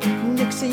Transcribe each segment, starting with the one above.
Jesse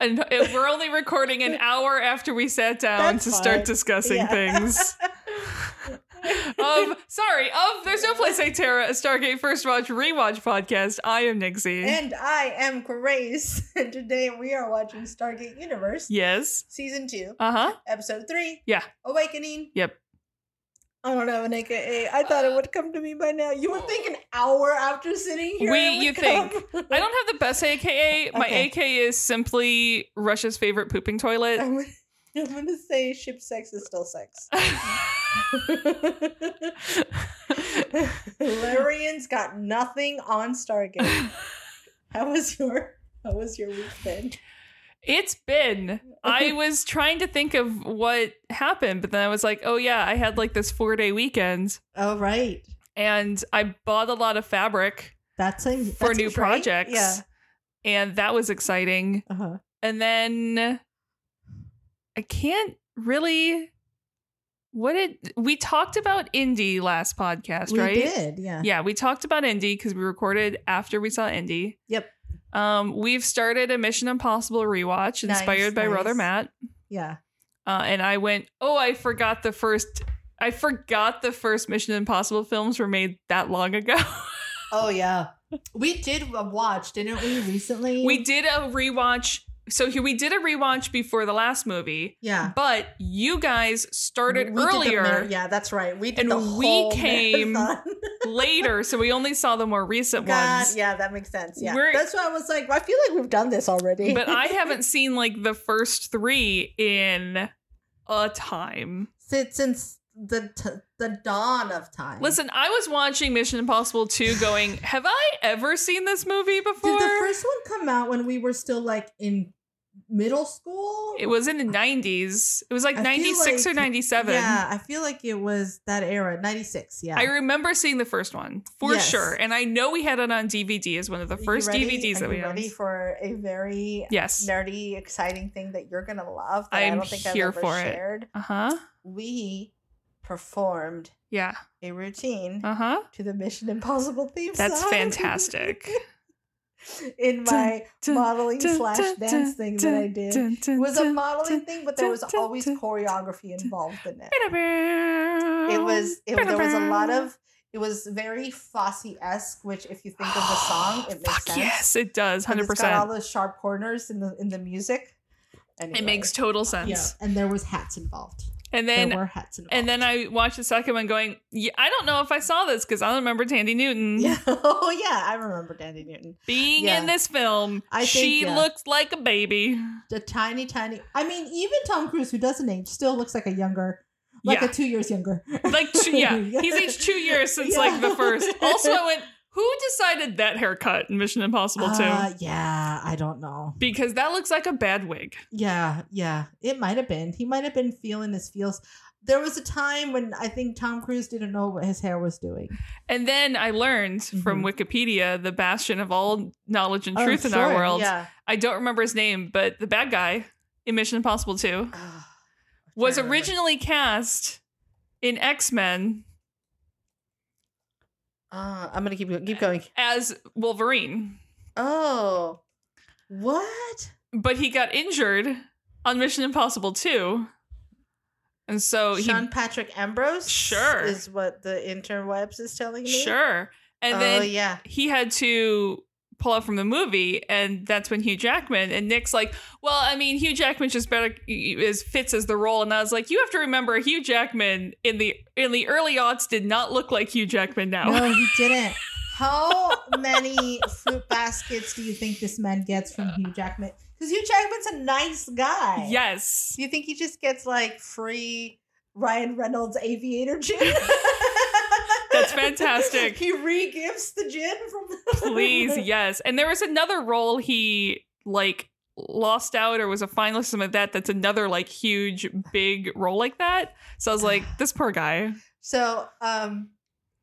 And it- we're only recording an hour after we sat down That's to fine. start discussing Yeah. things. of sorry, of there's no place like Terra, a Stargate First Watch Rewatch podcast. I am Nixie. And I am Grace, and today we are watching Stargate Universe, yes. Season 2, Uh-huh. Episode 3. Yeah. Awakening. Yep. I don't know, an AKA. I thought it would come to me by now. You would think an hour after sitting here. We- it would you I come. don't have the best AKA. My Okay. AKA is simply Russia's favorite pooping toilet. I'm, I'm going to say ship sex is still sex. Larian's got nothing on Stargate. How was your. How was your week been? It's been. I was trying to think of what happened, but then I was like, oh yeah, I had like this four day weekend Oh, right. and I bought a lot of fabric That's a for new projects. Yeah. And that was exciting. Uh huh. And then I can't really what did we talked about indie last podcast, we right? did. Yeah. Yeah, we talked about indie because we recorded after we saw indie. Yep. Um, we've started a Mission Impossible rewatch Nice, inspired by nice. Brother Matt. Yeah. uh, and I went, "Oh, I forgot the first. I forgot the first Mission Impossible films were made that long ago." Oh yeah. We did watch, didn't we? Recently. we did a rewatch. So here we did a rewatch before the last movie, Yeah. but you guys started We did the earlier, mar- yeah, that's right. We did and the we whole came marathon. later, so we only saw the more recent God, ones. yeah, that makes sense. Yeah, We're- that's why I was like, I feel like we've done this already. But I haven't seen like the first three in a time. since since the t- the dawn of time. Listen, I was watching Mission Impossible 2 going, have I ever seen this movie before? did the first one come out when we were still like in middle school? It was in the 90s. It was like I feel 96 or like- 97. Yeah, I feel like it was that era, ninety six. Yeah, I remember seeing the first one for Yes. sure. And I know we had it on DVD as one of the Are you first ready? DVDs Are that we you owned. ready for a very yes. nerdy, exciting thing that you're gonna love that I I'm don't think here I've ever for it. shared. Uh huh. We performed Yeah. a routine Uh huh. to the Mission Impossible theme That's song. fantastic. In my Dun, modeling dun, slash dun, dance dun, thing dun, that I did dun, dun, It was a dun, modeling thing, but there was dun, dun, always dun, choreography involved in it. dun. It was it, there was a lot of it was very Fosse esque, which if you think of the song, it makes Oh, Fuck sense. yes, it does. And Hundred It's got all percent. those sharp corners in the in the music. Anyway. It makes total sense. Yeah, and there was hats involved. And then there were hats involved. and then I watched the second one, going, yeah, I don't know if I saw this because I don't remember Tandy Newton. yeah, oh yeah, I remember Dandy Newton. being Yeah. in this film, I think, she yeah. looks like a baby. The tiny, tiny. I mean, even Tom Cruise, who doesn't age, still looks like a younger, like yeah, a two years younger. like two, yeah, he's aged two years since like the Yeah. first. Also, I went, who decided that haircut in Mission Impossible too? Uh, yeah, I don't know. because that looks like a bad wig. Yeah, yeah, it might have been. He might have been feeling his feels. There was a time when I think Tom Cruise didn't know what his hair was doing. And then I learned from Wikipedia, the bastion of all knowledge and truth Mm-hmm. Oh, in our sure, world. Yeah. I don't remember his name, but the bad guy in Mission Impossible Two Ugh, I was can't remember. originally cast in X Men Uh, I'm gonna keep go- keep going. as Wolverine. Oh, what? but he got injured on Mission Impossible 2. And so Sean Patrick Ambrose? Oh, Sure. Is what the interwebs is telling he me. sure. And oh, then yeah. he had to pull out from the movie and that's when Hugh Jackman and Nick's like, "Well, I mean, Hugh Jackman just better is fits as the role." And I was like, "You have to remember Hugh Jackman in the in the early aughts did not look like Hugh Jackman now." No, he didn't. How many fruit baskets do you think this man gets from Hugh Jackman? Because Hugh Jackman's a nice guy. yes. Do you think he just gets like free Ryan Reynolds aviator gin? That's fantastic. He re gifts the gin from Please, yes. And there was another role he like lost out or was a finalist some of that that's another like huge big role like that so i was like this poor guy So, um,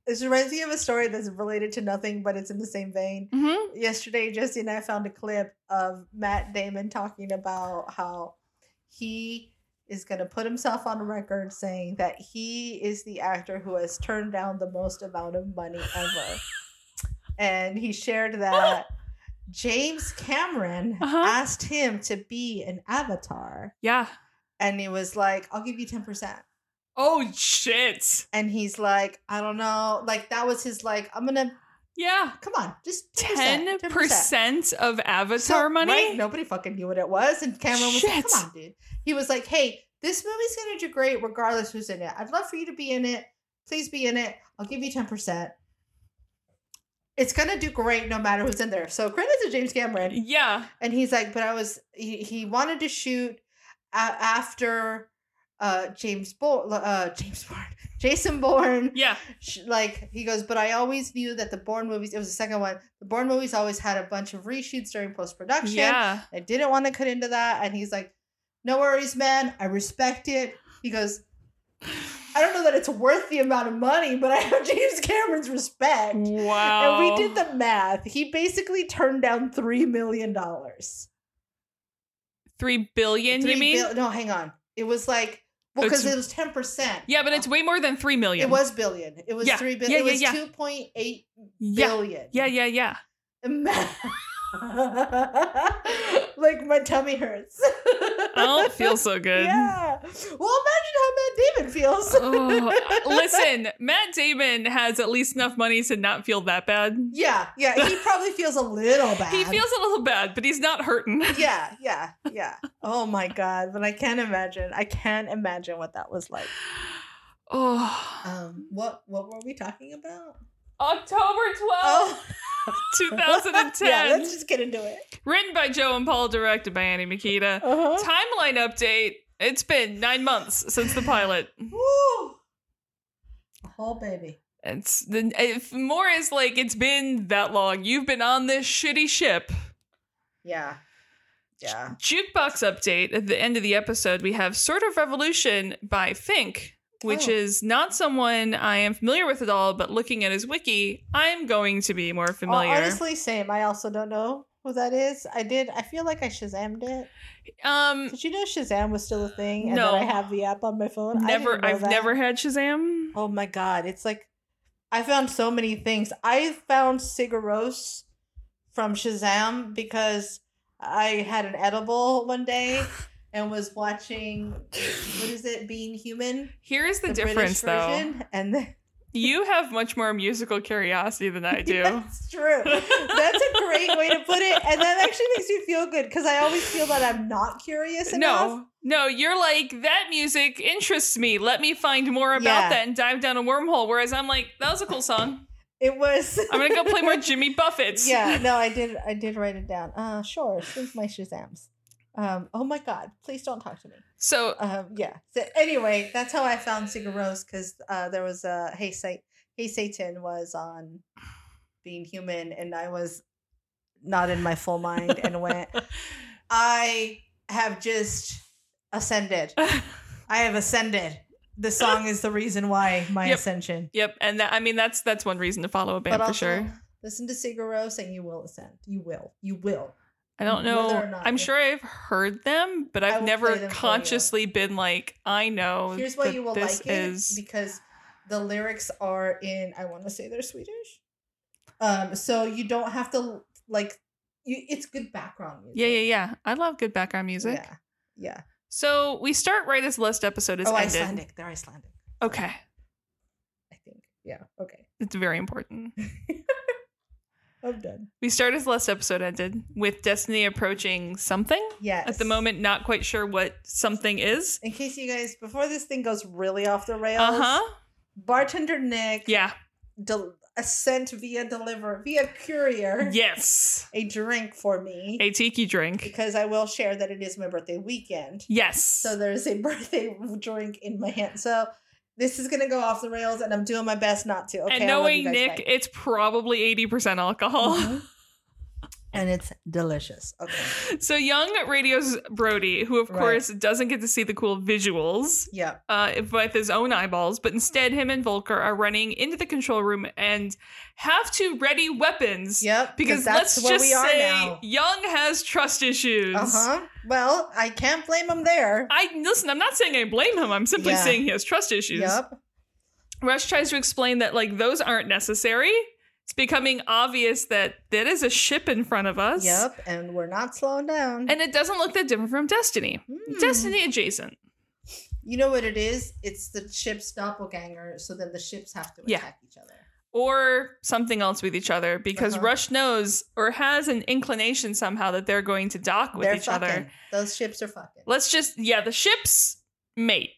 this reminds me of a story that's related to nothing, but it's in the same vein. mm-hmm. Yesterday, Jesse and I found a clip of Matt Damon talking about how he is going to put himself on record saying that he is the actor who has turned down the most amount of money ever. and he shared that James Cameron Uh-huh. asked him to be an avatar. yeah And he was like, I'll give you 10%. oh shit and he's like, I don't know, like that was his like, I'm gonna yeah come on, just 10%, 10 percent of avatar money Right? Nobody fucking knew what it was, and Cameron was like, Shit. come on, dude. He was like, hey, this movie's gonna do great regardless who's in it. I'd love for you to be in it. Please be in it. I'll give you ten percent. It's gonna do great no matter who's in there. So credit to James Cameron yeah and he's like but i was he, he wanted to shoot a- after uh james Bo- uh james bourne jason bourne yeah sh- like he goes but i always knew that the bourne movies it was the second one the bourne movies always had a bunch of reshoots during post-production yeah i didn't want to cut into that and he's like no worries man i respect it he goes i don't know that it's worth the amount of money but i have james cameron's respect wow and we did the math he basically turned down three million dollars three billion Three you mean bil- no, hang on. It was like well, It's- because it was ten percent. yeah but it's way more than three million it was billion. It was Yeah, three yeah, billion. it yeah, was yeah. two point eight yeah billion. yeah yeah yeah like my tummy hurts. i don't feel so good Yeah. Well, imagine how Matt Damon feels. Oh, listen, Matt Damon has at least enough money to not feel that bad. Yeah, yeah. He probably feels a little bad. He feels a little bad, but he's not hurting. Yeah, yeah, yeah. Oh my god! But I can't imagine. I can't imagine what that was like. Oh, Um, what what were we talking about? October 12th, Oh, 2010. yeah, let's just get into it. Written by Joe and Paul, directed by Annie Makita. Uh-huh. Timeline update. It's been nine months since the pilot. Woo! Whole baby. It's the if more is like it's been that long. You've been on this shitty ship. Yeah. Yeah. Jukebox update at the end of the episode, we have Sort of Revolution by Fink, which Oh. is not someone I am familiar with at all, but looking at his wiki, I'm going to be more familiar. honestly, same. I also don't know who that is. I did. I feel like I Shazammed it. um, Did you know Shazam was still a thing? And No. that I have the app on my phone. I didn't never, know I've that. never had Shazam. Oh my god! It's like I found so many things. I found Sigaros from Shazam because I had an edible one day and was watching. What is it? Being human. Here is the, difference, though. and then You have much more musical curiosity than I do. That's true. That's a great way to put it. And that actually makes me feel good because I always feel that I'm not curious enough. No, no, you're like, that music interests me. Let me find more about Yeah. that and dive down a wormhole. Whereas I'm like, that was a cool song. It was I'm going to go play more Jimmy Buffett's. Yeah, no, I did I did write it down. Uh sure, sync my Shazams. Um, oh my god, please don't talk to me. So Um, yeah. So anyway, that's how I found Sigur Rose because uh, there was a Hey Satan Hey Satan was on being human and I was not in my full mind and went I have just ascended. I have ascended. The song is the reason why my Yep. ascension. Yep, and that, I mean that's that's one reason to follow a band for sure. listen to Sigur Rós and you will ascend. You will. You will. I don't whether or know. not I'm it- sure I've heard them, but I I've will play never them for you. consciously been like, I know. Here's why Oh, that you will this like it is- because the lyrics are in I want to say they're Swedish. Um so you don't have to like you it's good background music. yeah, yeah, yeah. I love good background music. Yeah. Yeah. So we start right as last episode is Oh, ended. Icelandic. They're Icelandic, Okay, I think. Yeah. Okay. it's very important. I'm done. We start as last episode ended with Destiny approaching something. Yes. At the moment, not quite sure what something is. in case you guys before this thing goes really off the rails Uh huh. bartender nick Yeah. del- sent via deliver via courier Yes. a drink for me A tiki drink. because i will share that it is my birthday weekend Yes. so there's a birthday drink in my hand so this is gonna go off the rails and i'm doing my best not to okay and I love knowing you guys, Nick, bye. it's probably 80% alcohol. Mhm. Mm-hmm. and it's delicious. Okay. So Young radios Brody, who of Right. course doesn't get to see the cool visuals Yeah. uh, with his own eyeballs, but instead him and Volker are running into the control room and have to ready weapons. Yep. Because that's let's where just we are say now. Young has trust issues. Uh huh. Well, I can't blame him there. I listen. I'm not saying I blame him. I'm simply Yeah. saying he has trust issues. Yep. Rush tries to explain that like those aren't necessary. It's becoming obvious that that is a ship in front of us. Yep. And we're not slowing down. And it doesn't look that different from Destiny. Hmm. Destiny adjacent. You know what it is? It's the ship's doppelganger. So then the ships have to Yeah. attack each other. Or something else with each other because Uh-huh. Rush knows or has an inclination somehow that they're going to dock with They're each fucking. other. Those ships are fucking. Let's just yeah, the ships mate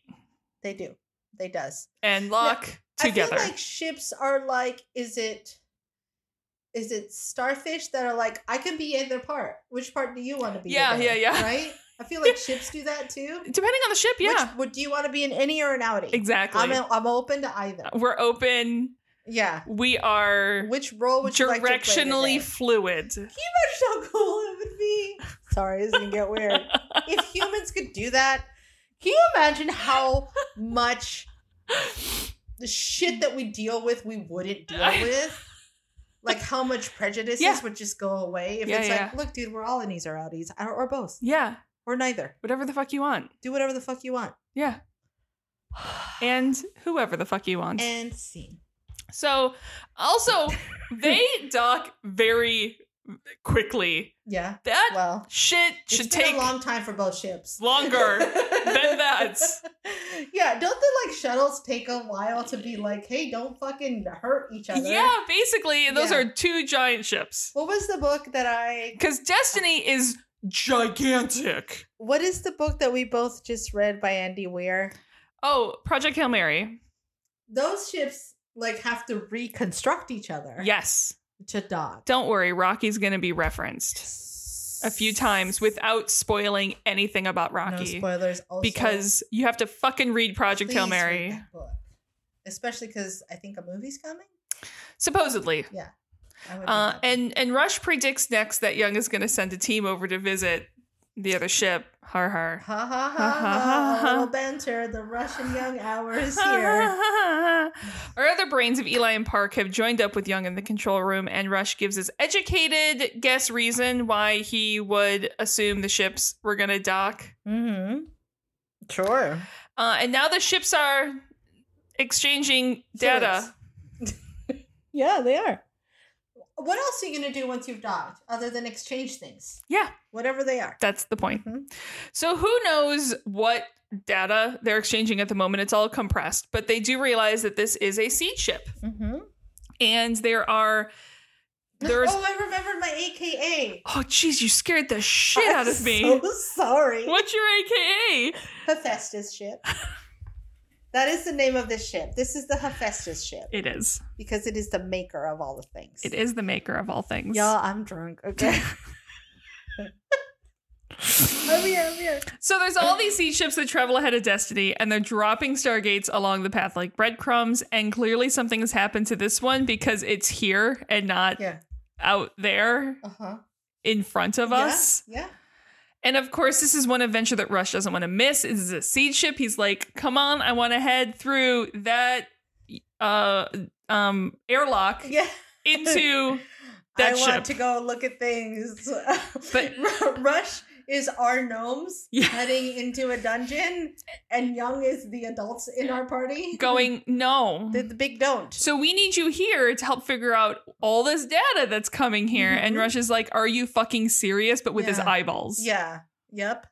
They do. They does. and lock together. I feel like ships are like, is it is it starfish that are like, I can be either part. Which part do you want to be? Yeah, today?" yeah, yeah. Right? I feel like ships do that too. Depending on the ship, yeah. Which, would do you want to be an innie or an outie? exactly. Oh, I'm, I'm open to either. We're open. Yeah. We are Which role would you like to play directionally today? fluid. Can you imagine how cool it would be? Sorry, this is gonna get weird. if humans could do that, can you imagine how much the shit that we deal with we wouldn't deal I- with? Like how much prejudices Yeah. would just go away if Yeah, it's yeah. like, look, dude, we're all innies or outies, or, or both, Yeah, or neither. whatever the fuck you want. Do whatever the fuck you want. Yeah. And whoever the fuck you want. And scene. so, also, they dock very quickly. Yeah. That Well, shit it's should been take a long time for both ships. longer. than that. Yeah, don't the like shuttles take a while to be like, hey, don't fucking hurt each other? yeah, basically, and those Yeah. are two giant ships. What was the book that I? Because Destiny is gigantic. What is the book that we both just read by Andy Weir? Oh, Project Hail Mary. Those ships like have to reconstruct each other. Yes. To dock. Don't worry, Rocky's going to be referenced a few times without spoiling anything about No Rocky. spoilers. Also, because you have to fucking read Project please Hail read Mary. that book. Especially because I think a movie's coming. Supposedly. I would Uh, read that and and Rush predicts next that Young is going to send a team over to visit the other ship. Har book. har. ha ha Ha, ha ha, ha! ha. a little banter. The Russian young hour is here. Our other brains of Eli and Park have joined up with Young in the control room, and Rush gives his educated guess reason why he would assume the ships were going to dock. mm-hmm. Sure. Uh, and now the ships are exchanging data. yeah, they are. What else are you going to do once you've died other than exchange things? Yeah, Whatever they are. that's the point. Mhm. So who knows what data they're exchanging at the moment? It's all compressed, but they do realize that this is a seed ship, Mm-hmm. and there are there's Oh, I remembered my AKA. oh jeez, you scared the shit I'm out of me. So sorry. What's your AKA? Hephaestus ship. that is the name of this ship. This is the Hephaestus ship It is. because it is the maker of all the things. It is the maker of all things. Y'all, I'm drunk. Okay. over here, over here. So there's all these sea ships that travel ahead of destiny, and they're dropping stargates along the path like breadcrumbs. And clearly, something has happened to this one because it's here and not Yeah. out there Uh huh. in front of us. Yeah. And of course, this is one adventure that Rush doesn't want to miss. This is a seed ship. He's like, "Come on, I want to head through that uh um airlock Yeah. into." That I ship. want to go look at things. But- But Rush is our gnomes Yeah. heading into a dungeon, and Young is the adults in our party. Going no. the, the big don't. So we need you here to help figure out all this data that's coming here. And Mhm. Rush is like, Are you fucking serious? But with his Yeah. eyeballs. yeah. Yep.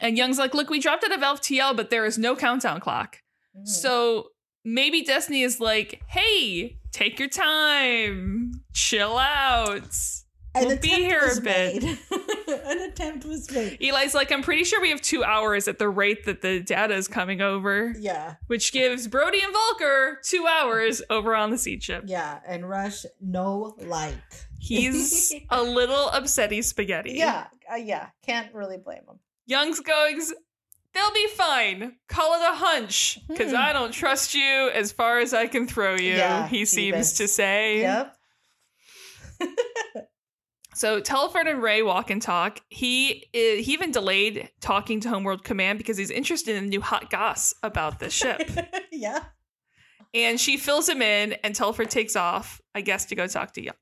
And Young's like, Look, we dropped out of LFTL, but there is no countdown clock. Mm. So maybe Destiny is like, Hey, take your time, chill out. Mm. An we'll be attempt here a was bit. made. An attempt was made. Eli's like, I'm pretty sure we have two hours at the rate that the data is coming over, Yeah. which gives Brody and Volker two hours over on the seed ship. Yeah. And Rush, no like. He's a little upsetty spaghetti. Yeah. Uh, yeah. Can't really blame him. Young's goes, they'll be fine. Call it a hunch, because Hmm. I don't trust you as far as I can throw you, Yeah, he seems Jeebus. to say. Yep. So Telford and Ray walk and talk. He i- he even delayed talking to Homeworld Command because he's interested in the new hot goss about the ship. yeah. and she fills him in, and Telford takes off, I guess, to go talk to Young.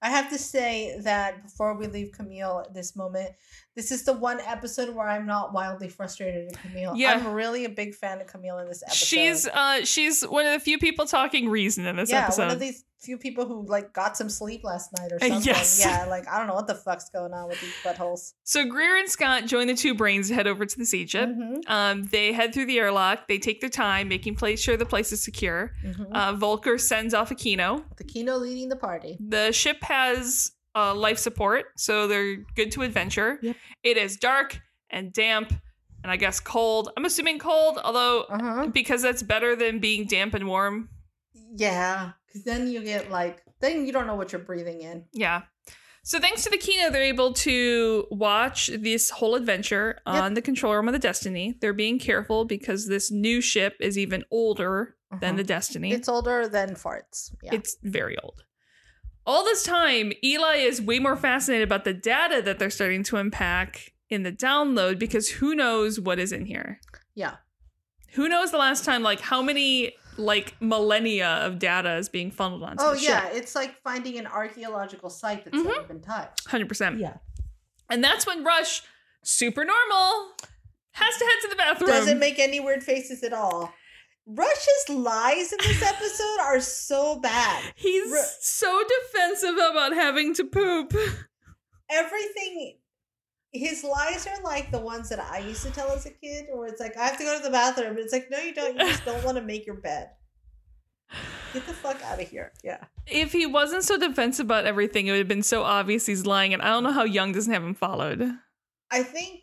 I have to say that before we leave Camille at this moment, this is the one episode where I'm not wildly frustrated at Camille. Yeah. I'm really a big fan of Camille in this episode. She's uh she's one of the few people talking reason in this yeah, episode. one of these few people who like got some sleep last night or something. yes. Yeah, like I don't know what the fuck's going on with these buttholes. so Greer and Scott join the two brains to head over to the sea ship. Mhm, Um, they head through the airlock. They take their time, making place sure the place is secure. mhm. Uh, Volker sends off Aquino. the Kino leading the party. The ship has uh, life support, so they're good to adventure. Yep. It is dark and damp, and I guess cold. I'm assuming cold, although Uh huh. because that's better than being damp and warm. Yeah, because then you get like then you don't know what you're breathing in. Yeah. So thanks to the keynote, they're able to watch this whole adventure Yep. on the control room of the Destiny. They're being careful because this new ship is even older than Uh-huh. the Destiny. It's older than farts. Yeah. It's very old. All this time, Eli is way more fascinated about the data that they're starting to unpack in the download because who knows what is in here? yeah. Who knows the last time, like, how many, like, millennia of data is being funneled onto Oh the yeah, ship? it's like finding an archaeological site that's Mhm. never been touched. 100%. Yeah. And that's when Rush, super normal, has to head to the bathroom. Doesn't make any weird faces at all. Rush's lies in this episode are so bad. He's Ru- so defensive about having to poop. Everything his lies are like the ones that I used to tell as a kid, where it's like, I have to go to the bathroom. And it's like, no, you don't. You just don't want to make your bed. Get the fuck out of here. Yeah. If he wasn't so defensive about everything, it would have been so obvious he's lying. And I don't know how Young doesn't have him followed. I think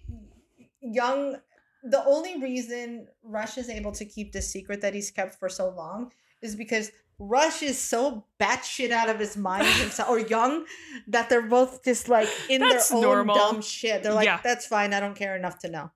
Young, the only reason Rush is able to keep this secret that he's kept for so long is because Rush is so batshit out of his mind himself, or Young, that they're both just like in That's their own normal. dumb shit. They're like, Yeah. that's fine. I don't care enough to know.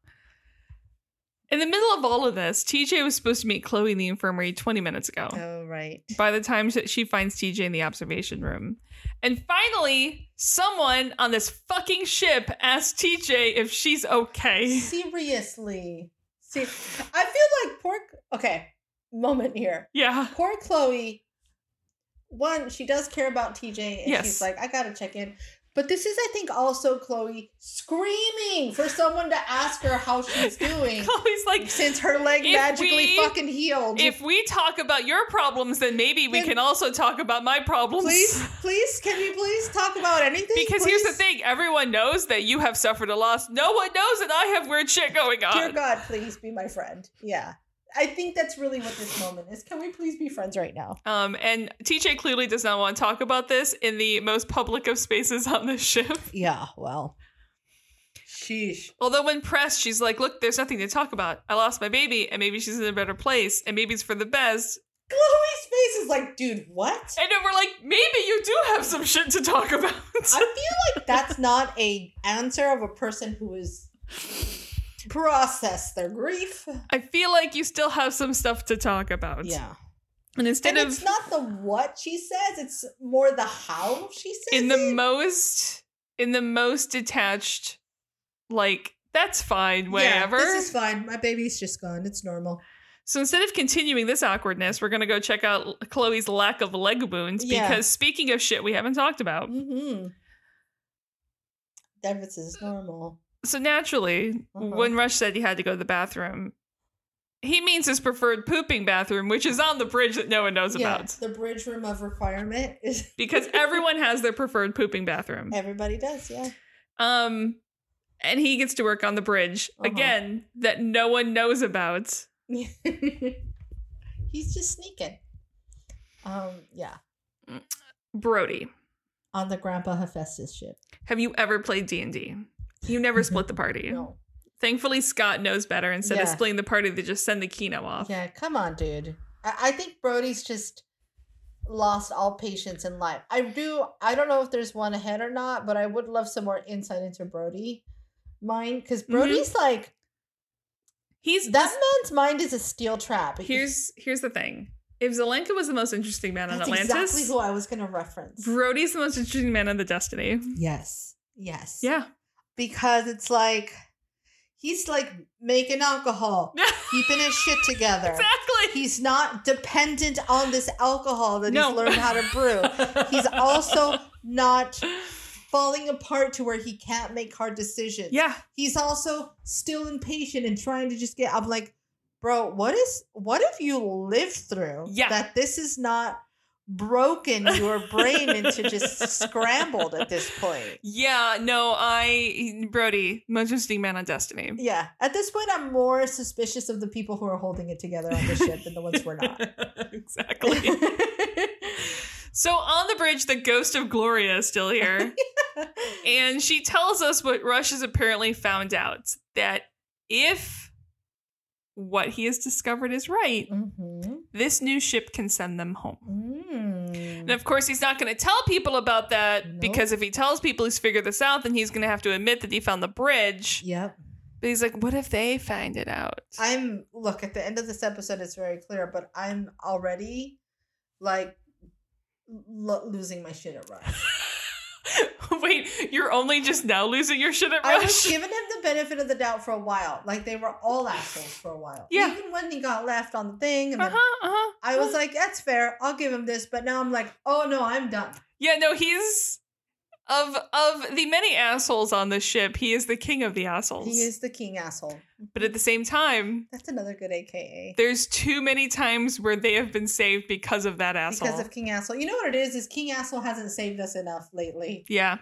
In the middle of all of this, TJ was supposed to meet Chloe in the infirmary 20 minutes ago. Oh, right. By the time that she finds TJ in the observation room. And finally, someone on this fucking ship asks TJ if she's okay. Seriously. See, I feel like poor. Okay, moment here. Yeah. Poor Chloe. One, she does care about TJ, and Yes. she's like, I gotta check in. But this is, I think, also Chloe screaming for someone to ask her how she's doing Chloe's like, since her leg If magically we- fucking healed. if we talk about your problems, then maybe we Then- can also talk about my problems. please, please, can we please talk about anything? Because here's the please? thing everyone knows that you have suffered a loss. No one knows that I have weird shit going on. Dear God, please be my friend. Yeah. I think that's really what this moment is. Can we please be friends right now? Um, and TJ clearly does not want to talk about this in the most public of spaces on the ship. Yeah, well. Sheesh. Although when pressed, she's like, "Look, there's nothing to talk about. I lost my baby, and maybe she's in a better place, and maybe it's for the best." Chloe's face is like, dude, what? And then we're like, "Maybe you do have some shit to talk about." I feel like that's not a answer of a person who is process their grief. I feel like you still have some stuff to talk about. And instead And of it's not the what she says, it's more the how she says in the it. most in the most detached, like that's fine, whatever. Yeah, this is fine. My baby's just gone. It's normal. So instead of continuing this awkwardness, we're going to go check out Chloe's lack of leg wounds Yeah. because speaking of shit we haven't talked about. Mm-hmm. Devis is normal. So naturally, Uh-huh. when Rush said he had to go to the bathroom, he means his preferred pooping bathroom, which is on the bridge that no one knows Yeah, about the bridge room of requirement is because everyone has their preferred pooping bathroom. everybody does. Yeah. Um and he gets to work on the bridge Uh-huh. again that no one knows about. He's just sneaking. Um, yeah. Brody, On the Grandpa Hephaestus ship. have you ever played D&D? You never split the party. Mm-hmm. No. Thankfully, Scott knows better. Instead of Yeah. splitting the party, they just send the Kino off. Yeah, come on, dude. I, I think Brody's just lost all patience in life. I do I don't know if there's one ahead or not, but I would love some more insight into Brody mind. Because Mm-hmm. Brody's like He's that man's mind is a steel trap. here's here's the thing. If Zelenka was the most interesting man on That's Atlantis, exactly who I was going to reference. Brody's the most interesting man on the Destiny. Yes. Yes. Yeah. Because it's like he's like making alcohol, keeping his shit together. exactly. He's not dependent on this alcohol that No. he's learned how to brew. He's also not falling apart to where he can't make hard decisions. Yeah. He's also still impatient and trying to just get I'm like, bro, what is what have you lived through Yeah. that this is not broken your brain into just scrambled at this point? Yeah, no, I Brody, most interesting man on Destiny. Yeah. At this point I'm more suspicious of the people who are holding it together on the ship than the ones who are not. exactly. so on the bridge, the ghost of Gloria is still here. and she tells us what Rush has apparently found out that if what he has discovered is right, Mhm. this new ship can send them home. Mm. And of course, he's not going to tell people about that Nope. because if he tells people he's figured this out, then he's going to have to admit that he found the bridge. Yep. But he's like, what if they find it out? I'm look at the end of this episode it's very clear, but I'm already like lo- losing my shit at Rush. Wait, you're only just now losing your shit at I was Rush? giving him the benefit of the doubt for a while. Like they were all assholes for a while. Yeah. Even when he got left on the thing, and Uh huh, uh then huh. I was like, "That's fair. I'll give him this." But now I'm like, "Oh no, I'm done." Yeah, no, he's of of the many assholes on this ship, he is the king of the assholes. He is the king asshole. But at the same time, That's another good AKA there's too many times where they have been saved because of that asshole. because of king asshole. You know what it is? Is king asshole hasn't saved us enough lately. yeah.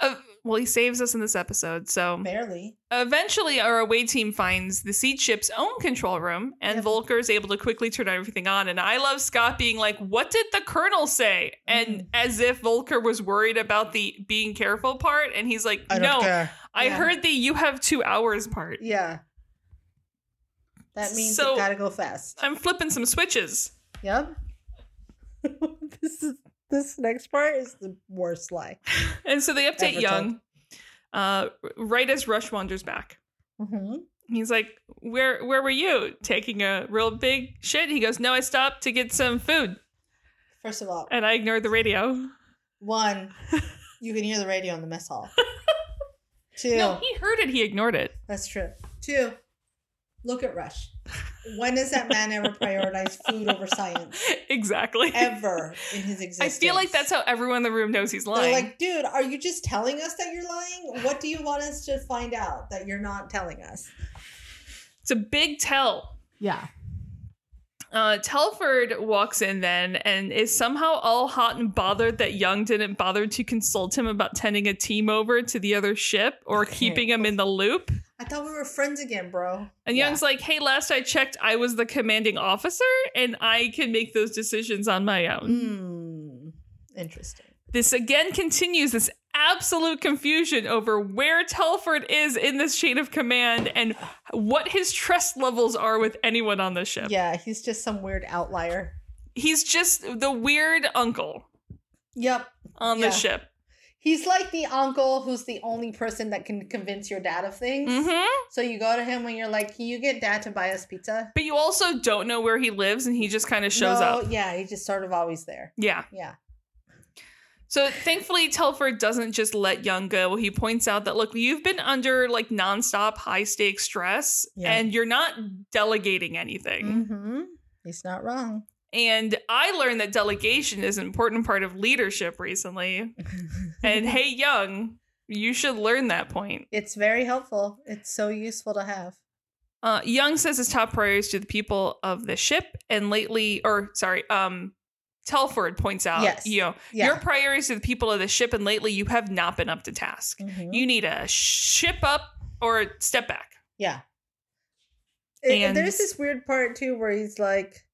Uh, well, he saves us in this episode, so Barely. Eventually, our away team finds the seed ship's own control room, and Yep. Volker is able to quickly turn everything on. And I love Scott being like, "What did the colonel say?" And Mhm. as if Volker was worried about the being careful part, and he's like, "No, care. I Yeah. heard the you have two hours part. Yeah. That means So- it gotta go fast. I'm flipping some switches." Yep. this is this next part is the worst lie. And so they update Ever Young, uh, right as Rush wanders back. Mm-hmm. He's like, "Where where were you taking a real big shit?" He goes, "No, I stopped to get some food, First of all, and I ignored the radio." One, you can hear the radio in the mess hall. Two, No, he heard it. He ignored it. that's true. Two, look at Rush. When has that man ever prioritized food over science? exactly. Ever in his existence? I feel like that's how everyone in the room knows he's They're lying. like, dude, are you just telling us that you're lying? What do you want us to find out that you're not telling us? it's a big tell. Yeah. Uh, Telford walks in then and is somehow all hot and bothered that Young didn't bother to consult him about tending a team over to the other ship or keeping him in the loop. I thought we were friends again, bro. And Yeah. Young's like, hey, last I checked, I was the commanding officer and I can make those decisions on my own. Hmm. Interesting. This again continues this absolute confusion over where Telford is in this chain of command and what his trust levels are with anyone on the ship. Yeah, he's just some weird outlier. He's just the weird uncle Yep. on Yeah. the ship. He's like the uncle who's the only person that can convince your dad of things. hmm So you go to him when you're like, "Can you get dad to buy us pizza?" But you also don't know where he lives and he just kind of shows no, up. Yeah, he's just sort of always there. Yeah. Yeah. So thankfully, Telford doesn't just let Young go. He points out that, look, you've been under like nonstop high stakes stress Yeah. and you're not delegating anything. Mm-hmm. He's not wrong. And I learned that delegation is an important part of leadership recently. and hey, Young, you should learn that point. It's very helpful. It's so useful to have. Uh, Young says his top priority is to the people of the ship. And lately, or sorry, um, Telford points out, Yes. you know, Yeah. your priority is to the people of the ship. And lately, you have not been up to task. Mhm. You need a ship up or step back. Yeah. And- and And- there's this weird part too where he's like,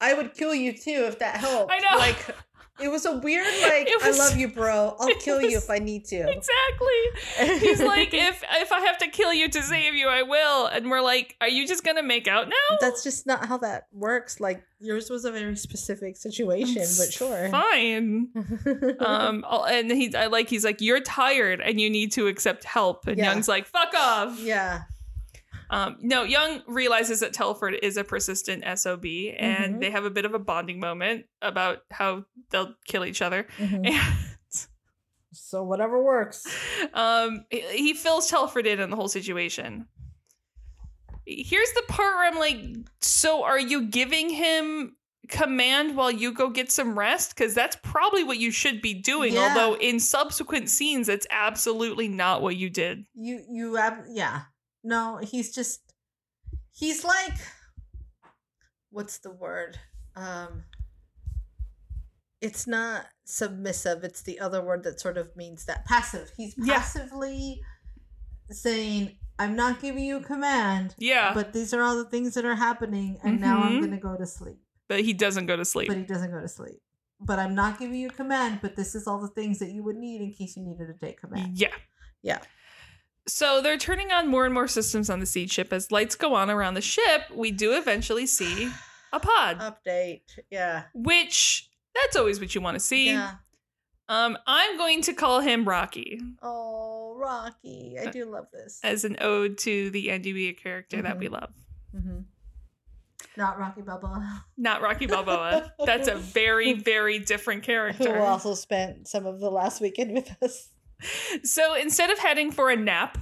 "I would kill you too if that helped." I know. Like it was a weird like, It was- "I love you, bro. I'll it kill you was- if I need to." Exactly. He's like, if if I have to kill you to save you, I will. And we're like, are you just gonna make out now? That's just not how that works. Like yours was a very specific situation, but It's sure. Fine. um I'll- and he i like he's like you're tired and you need to accept help and Yeah. young's like fuck off yeah. Um, no, Young realizes that Telford is a persistent SOB and Mhm. they have a bit of a bonding moment about how they'll kill each other. Mhm. And So whatever works. um, he- he fills Telford in on the whole situation. Here's the part where I'm like, so are you giving him command while you go get some rest? Because that's probably what you should be doing. Yeah. Although in subsequent scenes, that's absolutely not what you did. You you ab- yeah. No, he's just he's like what's the word? Um it's not submissive, it's the other word that sort of means that passive. He's Yeah. passively saying, I'm not giving you command, Yeah, but, but these are all the things that are happening, and now I'm Mhm. gonna go to sleep. he doesn't go to sleep. But he doesn't go to sleep. But I'm not giving you command, but this is all the things that you would need in case you needed to take command. Yeah. Yeah. So they're turning on more and more systems on the seed ship. As lights go on around the ship, we do eventually see a pod, Update. Yeah. which that's always what you want to see. Yeah. Um, I'm going to call him Rocky Oh, Rocky. I do love this. as an ode to the NDB character that Mhm. we love. hmm Not Rocky Balboa. Not Rocky Balboa. that's a very, very different character. spent some of the last weekend with us. So instead of heading for a nap,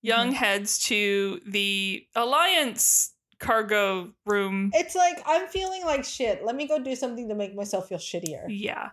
Young heads to the Alliance cargo room It's like, I'm feeling like shit. Let me go do something to make myself feel shittier. Yeah.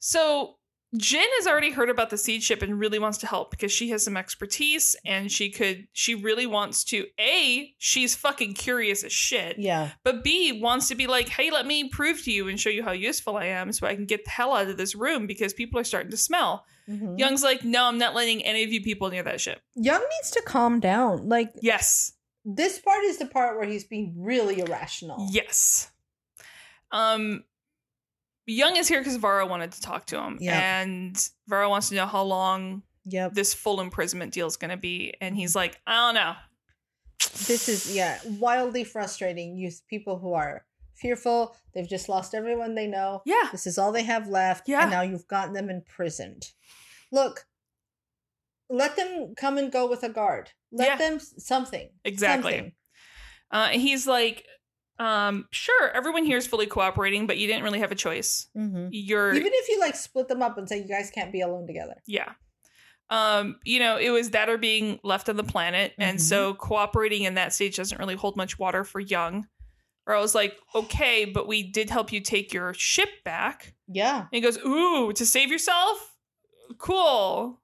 So Jin has already heard about the seed ship and really wants to help because she has some expertise and she could she really wants to A, she's fucking curious as shit. Yeah. But B wants to be like, hey, let me prove to you and show you how useful I am so I can get the hell out of this room because people are starting to smell. Mhm. Young's like, no, I'm not letting any of you people near that ship. Young needs to calm down. Like, Yes. this part is the part where he's being really irrational. Yes. Um Young is here because Varro wanted to talk to him. Yeah. And Varro wants to know how long Yep. this full imprisonment deal is going to be and he's like i don't know this is yeah wildly frustrating you people who are fearful they've just lost everyone they know yeah this is all they have left Yeah. and now you've gotten them imprisoned look let them come and go with a guard let Yeah. them s- something Exactly. something. uh, and he's like um sure everyone here is fully cooperating but you didn't really have a choice you're even if you like split them up and say you guys can't be alone together yeah um you know it was that or being left on the planet and Mhm. so cooperating in that stage doesn't really hold much water for young or i was like okay but we did help you take your ship back yeah and he goes ooh to save yourself cool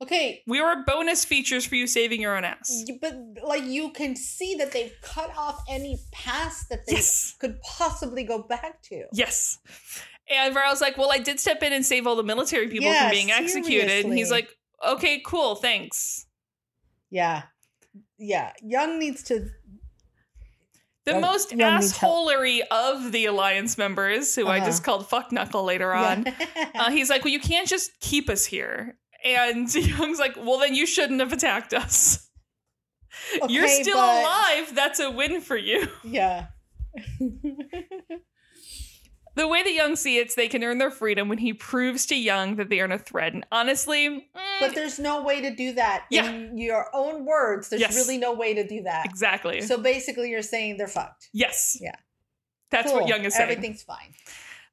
okay we were bonus features for you saving your own ass y- but like you can see that they've cut off any past that they yes could possibly go back to Yes. And Varro's like, well, I did step in and save all the military people Yeah, from being executed. And he's seriously. like, okay, cool, thanks. yeah yeah young needs to The Oh, most you don't need help. Uh-huh. assholery of the Alliance members, who I just called fuck knuckle later Yeah. on, uh, he's like, well, you can't just keep us here. And Young's like, well, then you shouldn't have attacked us. You're Okay, still but- alive. That's a win for you. Yeah. The way that Young sees it's they can earn their freedom when he proves to Young that they aren't a threat. And honestly, mm, but there's no way to do that Yeah. in your own words. There's Yes. really no way to do that. exactly. So basically, you're saying they're fucked. yes. Yeah. That's Cool. what Young is saying. Everything's fine.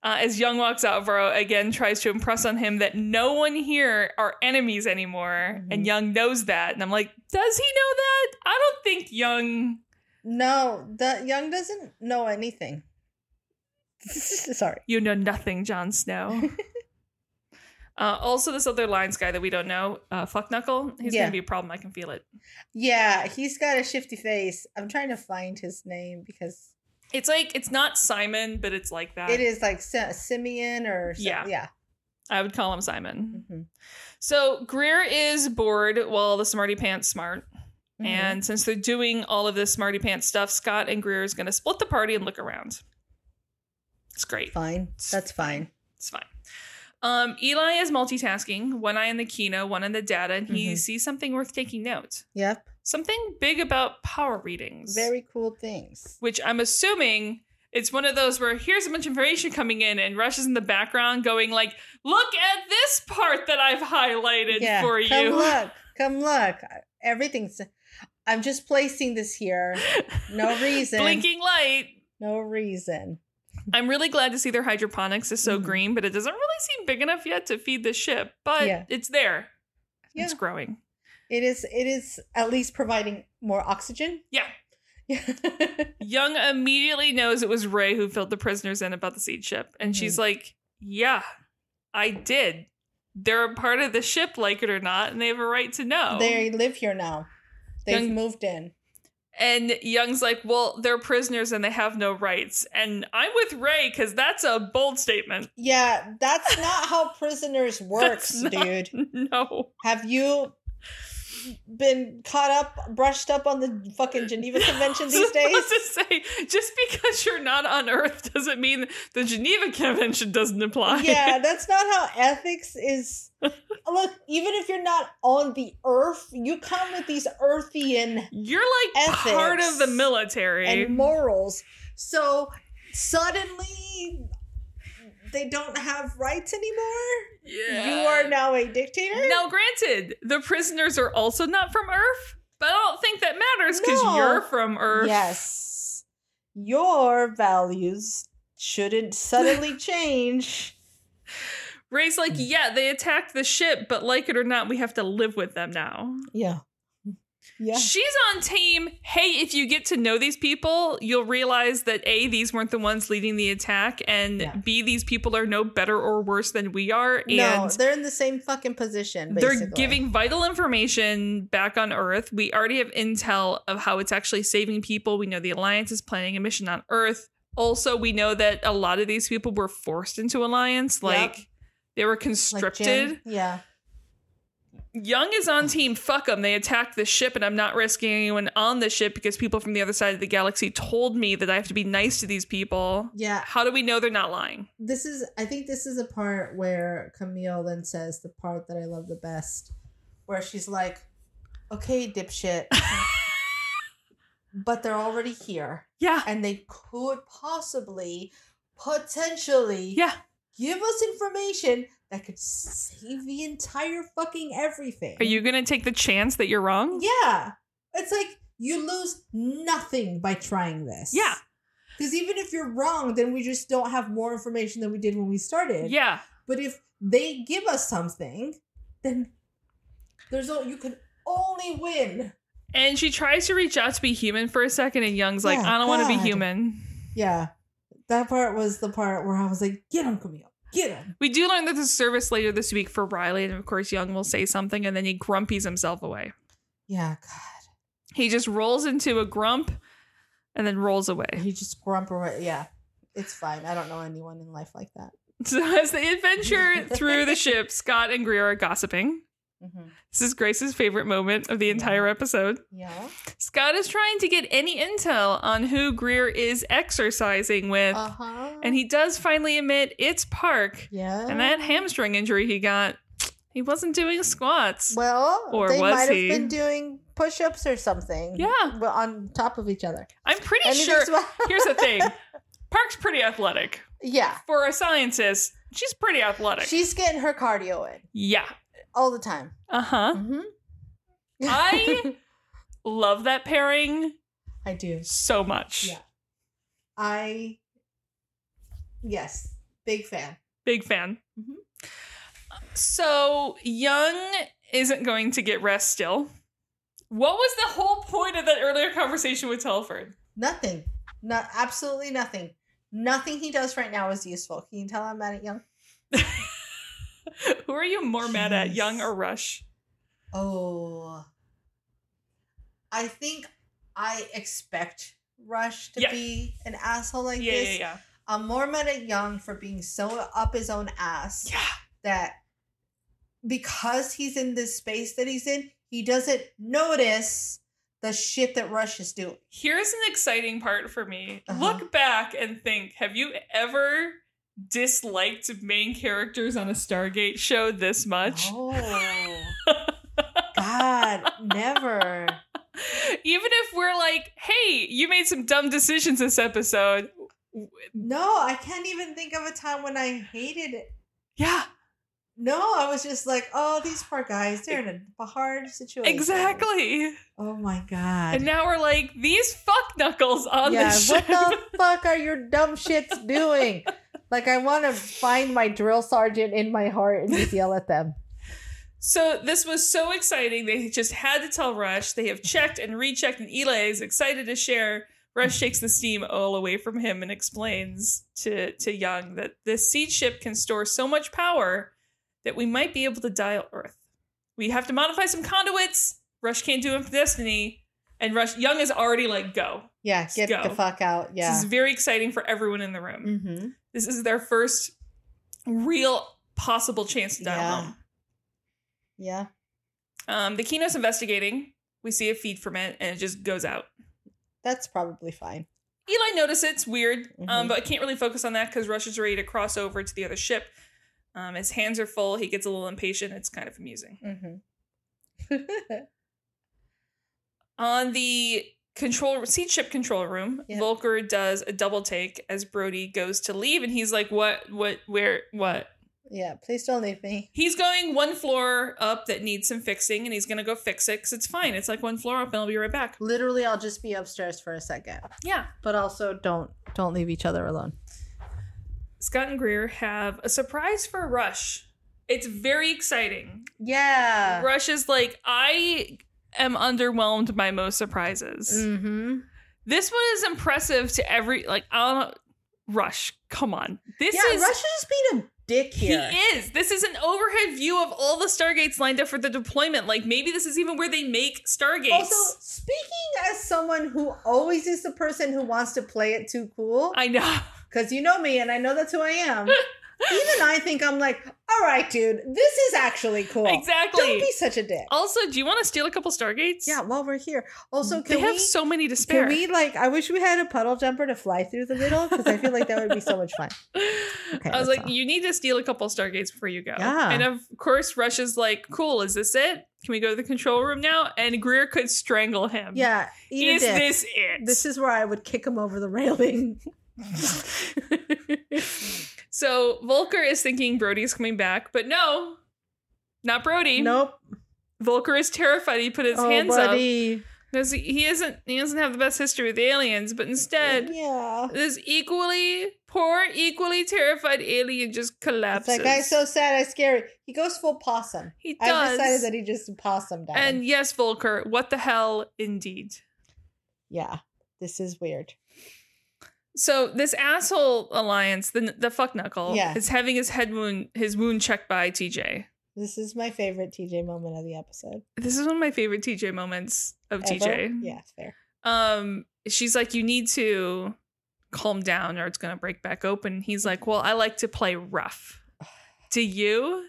Uh, as Young walks out, Varro again tries to impress on him that no one here are enemies anymore, Mhm. and Young knows that. And I'm like, does he know that? I don't think Young. No, the Young doesn't know anything. Sorry. You know nothing, Jon Snow. uh, also, this other lines guy that we don't know, uh, Fuck Knuckle. He's Yeah. gonna be a problem. I can feel it. Yeah, he's got a shifty face. I'm trying to find his name because It's like it's not Simon, but it's like that. it is like Si- Simeon or Uh, some- Yeah. yeah. I would call him Simon. Mhm. So Greer is bored while the Smarty Pants smart. Mhm. And since they're doing all of this smarty pants stuff, Scott and Greer is going to split the party and look around. It's great. fine, that's fine. It's fine. Um, Eli is multitasking, one eye on the Kino, one on the data, and he Mhm. sees something worth taking note. Yep, Something big about power readings. very cool things. Which I'm assuming it's one of those where here's a bunch of information coming in and Rush is in the background going like, look at this part that I've highlighted for come you. look, come look. Everything's. I'm just placing this here. No reason. Blinking light. No reason. I'm really glad to see their hydroponics is so Mhm. green, but it doesn't really seem big enough yet to feed the ship. But Yeah. it's there. Yeah. It's growing. It is it is at least providing more oxygen. Yeah. Yeah. Young immediately knows it was Ray who filled the prisoners in about the seed ship. And she's Mm-hmm. like, Yeah, I did. They're a part of the ship, like it or not, and they have a right to know. They live here now. They've Oh. Young- moved in. and Young's like, Well, they're prisoners and they have no rights. And I'm with Ray because that's a bold statement. Yeah, that's not how prisoners works, not- dude. no. Have you been caught up, brushed up on the fucking Geneva Convention these I days? was about to say, just because you're not on Earth doesn't mean the Geneva Convention doesn't apply. Yeah, that's not how ethics is. Look, even if you're not on the earth, you come with these earthian You're like part of Ethics the military. and morals. So suddenly they don't have rights anymore. yeah. You are now a dictator. Now, granted, the prisoners are also not from Earth, but I don't think that matters because No. you're from Earth. Yes. Your values shouldn't suddenly change. Ray's like, yeah, they attacked the ship, but like it or not, we have to live with them now. Yeah. Yeah. She's on team. Hey, if you get to know these people, you'll realize that A, these weren't the ones leading the attack, and Yeah. B, these people are no better or worse than we are. No, and they're in the same fucking position. They're basically. giving vital information back on Earth. We already have intel of how it's actually saving people. We know the Alliance is planning a mission on Earth. Also, we know that a lot of these people were forced into Alliance, like they were Like constricted. Jim- yeah. Young is on team. Fuck them. They attacked the ship, and I'm not risking anyone on the ship because people from the other side of the galaxy told me that I have to be nice to these people. Yeah. How do we know they're not lying? This is I think this is a part where Camille then says the part that I love the best, where she's like, Okay, dipshit. but they're already here. Yeah. And they could possibly potentially Yeah. give us information that could save the entire fucking everything. Are you going to take the chance that you're wrong? Yeah. It's like you lose nothing by trying this. Yeah. Because even if you're wrong, then we just don't have more information than we did when we started. Yeah. But if they give us something, then there's all you can only win. And she tries to reach out to be human for a second, and Young's like, Yeah, I don't want to be God. human. Yeah. That part was the part where I was like, get him, Camille. Get him. We do learn that there's service later this week for Riley, and of course, Young will say something, and then he grumpies himself away. Yeah, God. He just rolls into a grump and then rolls away. He just grump away. Yeah. It's fine. I don't know anyone in life like that. So, as they adventure through the ship, Scott and Greer are gossiping. Mm-hmm. This is Grace's favorite moment of the entire episode. Yeah. Scott is trying to get any intel on who Greer is exercising with, Uh huh. and he does finally admit it's Park. Yeah. And that hamstring injury he got, he wasn't doing squats. Well, Or they was might he? have been doing push-ups or something. Yeah. well, on top of each other. I'm pretty And he sure. just went- Here's the thing Park's pretty athletic. yeah, For a scientist, she's pretty athletic. she's getting her cardio in yeah. all the time. Uh huh. hmm I love that pairing I do. so much. Yeah. I yes, big fan. Big fan. Mhm. So, Young isn't going to get rest still. What was the whole point of that earlier conversation with Telford? Nothing, not absolutely nothing. Nothing he does right now is useful. Can you tell I'm mad at Young? Who are you more mad at, Jeez. Young or Rush? Oh, I think I expect Rush to Yeah. be an asshole like yeah, this. yeah, yeah. I'm more mad at Young for being so up his own ass Yeah. that because he's in this space that he's in, he doesn't notice the shit that Rush is doing. Here's an exciting part for me. Uh-huh. Look back and think have you ever disliked main characters on a Stargate show this much? Oh. God, never. Even if we're like, hey, you made some dumb decisions this episode. No, I can't even think of a time when I hated Yeah. No, I was just like, oh, these poor guys, they're in a hard situation. Exactly. Oh my god. And now we're like, these fuck knuckles on yeah, this what ship. the fuck are your dumb shits doing? Like, I want to find my drill sergeant in my heart and just yell at them. So this was so exciting. They just had to tell Rush. They have checked and rechecked, and Eli is excited to share. Rush shakes the steam all away from him and explains to, to Young that this seed ship can store so much power that we might be able to dial Earth. We have to modify some conduits. Rush can't do it for Destiny. And Rush Young is already like, go. Yeah, get go. the fuck out. This Yeah. is very exciting for everyone in the room. Mm-hmm. This is their first real possible chance to dial Yeah. home. Yeah. Um, the keynote's investigating. We see a feed from it, and it just goes out. That's probably fine. Eli notices it's weird, um, Mhm. but I can't really focus on that because Rush is ready to cross over to the other ship. Um, his hands are full. He gets a little impatient. It's kind of amusing. Mm-hmm. On the control seat ship control room, Yeah. Volker does a double take as Brody goes to leave, and he's like, "What? What? Where? What?" yeah, please don't leave me. He's going one floor up that needs some fixing, and he's gonna go fix it 'cause it's fine. It's like one floor up, and I'll be right back. Literally, I'll just be upstairs for a second. Yeah. But also, don't don't leave each other alone. Scott and Greer have a surprise for Rush. It's very exciting. Yeah. Rush is like, I am underwhelmed by most surprises. Mm-hmm. This one is impressive to every like I don't know. Rush, come on. This yeah, is Rush is just being a dick he here. is. This is an overhead view of all the Stargates lined up for the deployment. Like maybe this is even where they make Stargates. Also, speaking as someone who always is the person who wants to play it too cool, I know. because you know me and I know that's who I am. Even I think I'm like, all right, dude, this is actually cool. Exactly. Don't be such a dick. also, do you want to steal a couple Stargates? Yeah, while we're here. Also, They can have we so many to spare. can we like? I wish we had a puddle jumper to fly through the middle because I feel like that would be so much fun. Okay, I was that's like, all. you need to steal a couple Stargates before you go. Yeah. And of course, Rush is like, cool, is this it? Can we go to the control room now? And Greer could strangle him. Yeah, eat a Is dick. this it? This is where I would kick him over the railing. so Volker is thinking Brody's coming back, but no, not Brody. nope. Volker is terrified. He put his oh, hands up buddy. because he he isn't. He doesn't have the best history with aliens. But instead, Yeah. this equally poor, equally terrified alien just It's collapses. that guy's so sad. I scary. He goes full possum. he does. I've decided that he just possum down. And yes, Volker, what the hell indeed. yeah, this is weird. So this asshole alliance, the the fuck knuckle, Yeah. is having his head wound his wound checked by TJ. This is my favorite TJ moment of the episode. This is one of my favorite TJ moments of ever. TJ. Yeah, it's fair. Um she's like, You need to calm down or it's gonna break back open. He's like, Well, I like to play rough. Do you?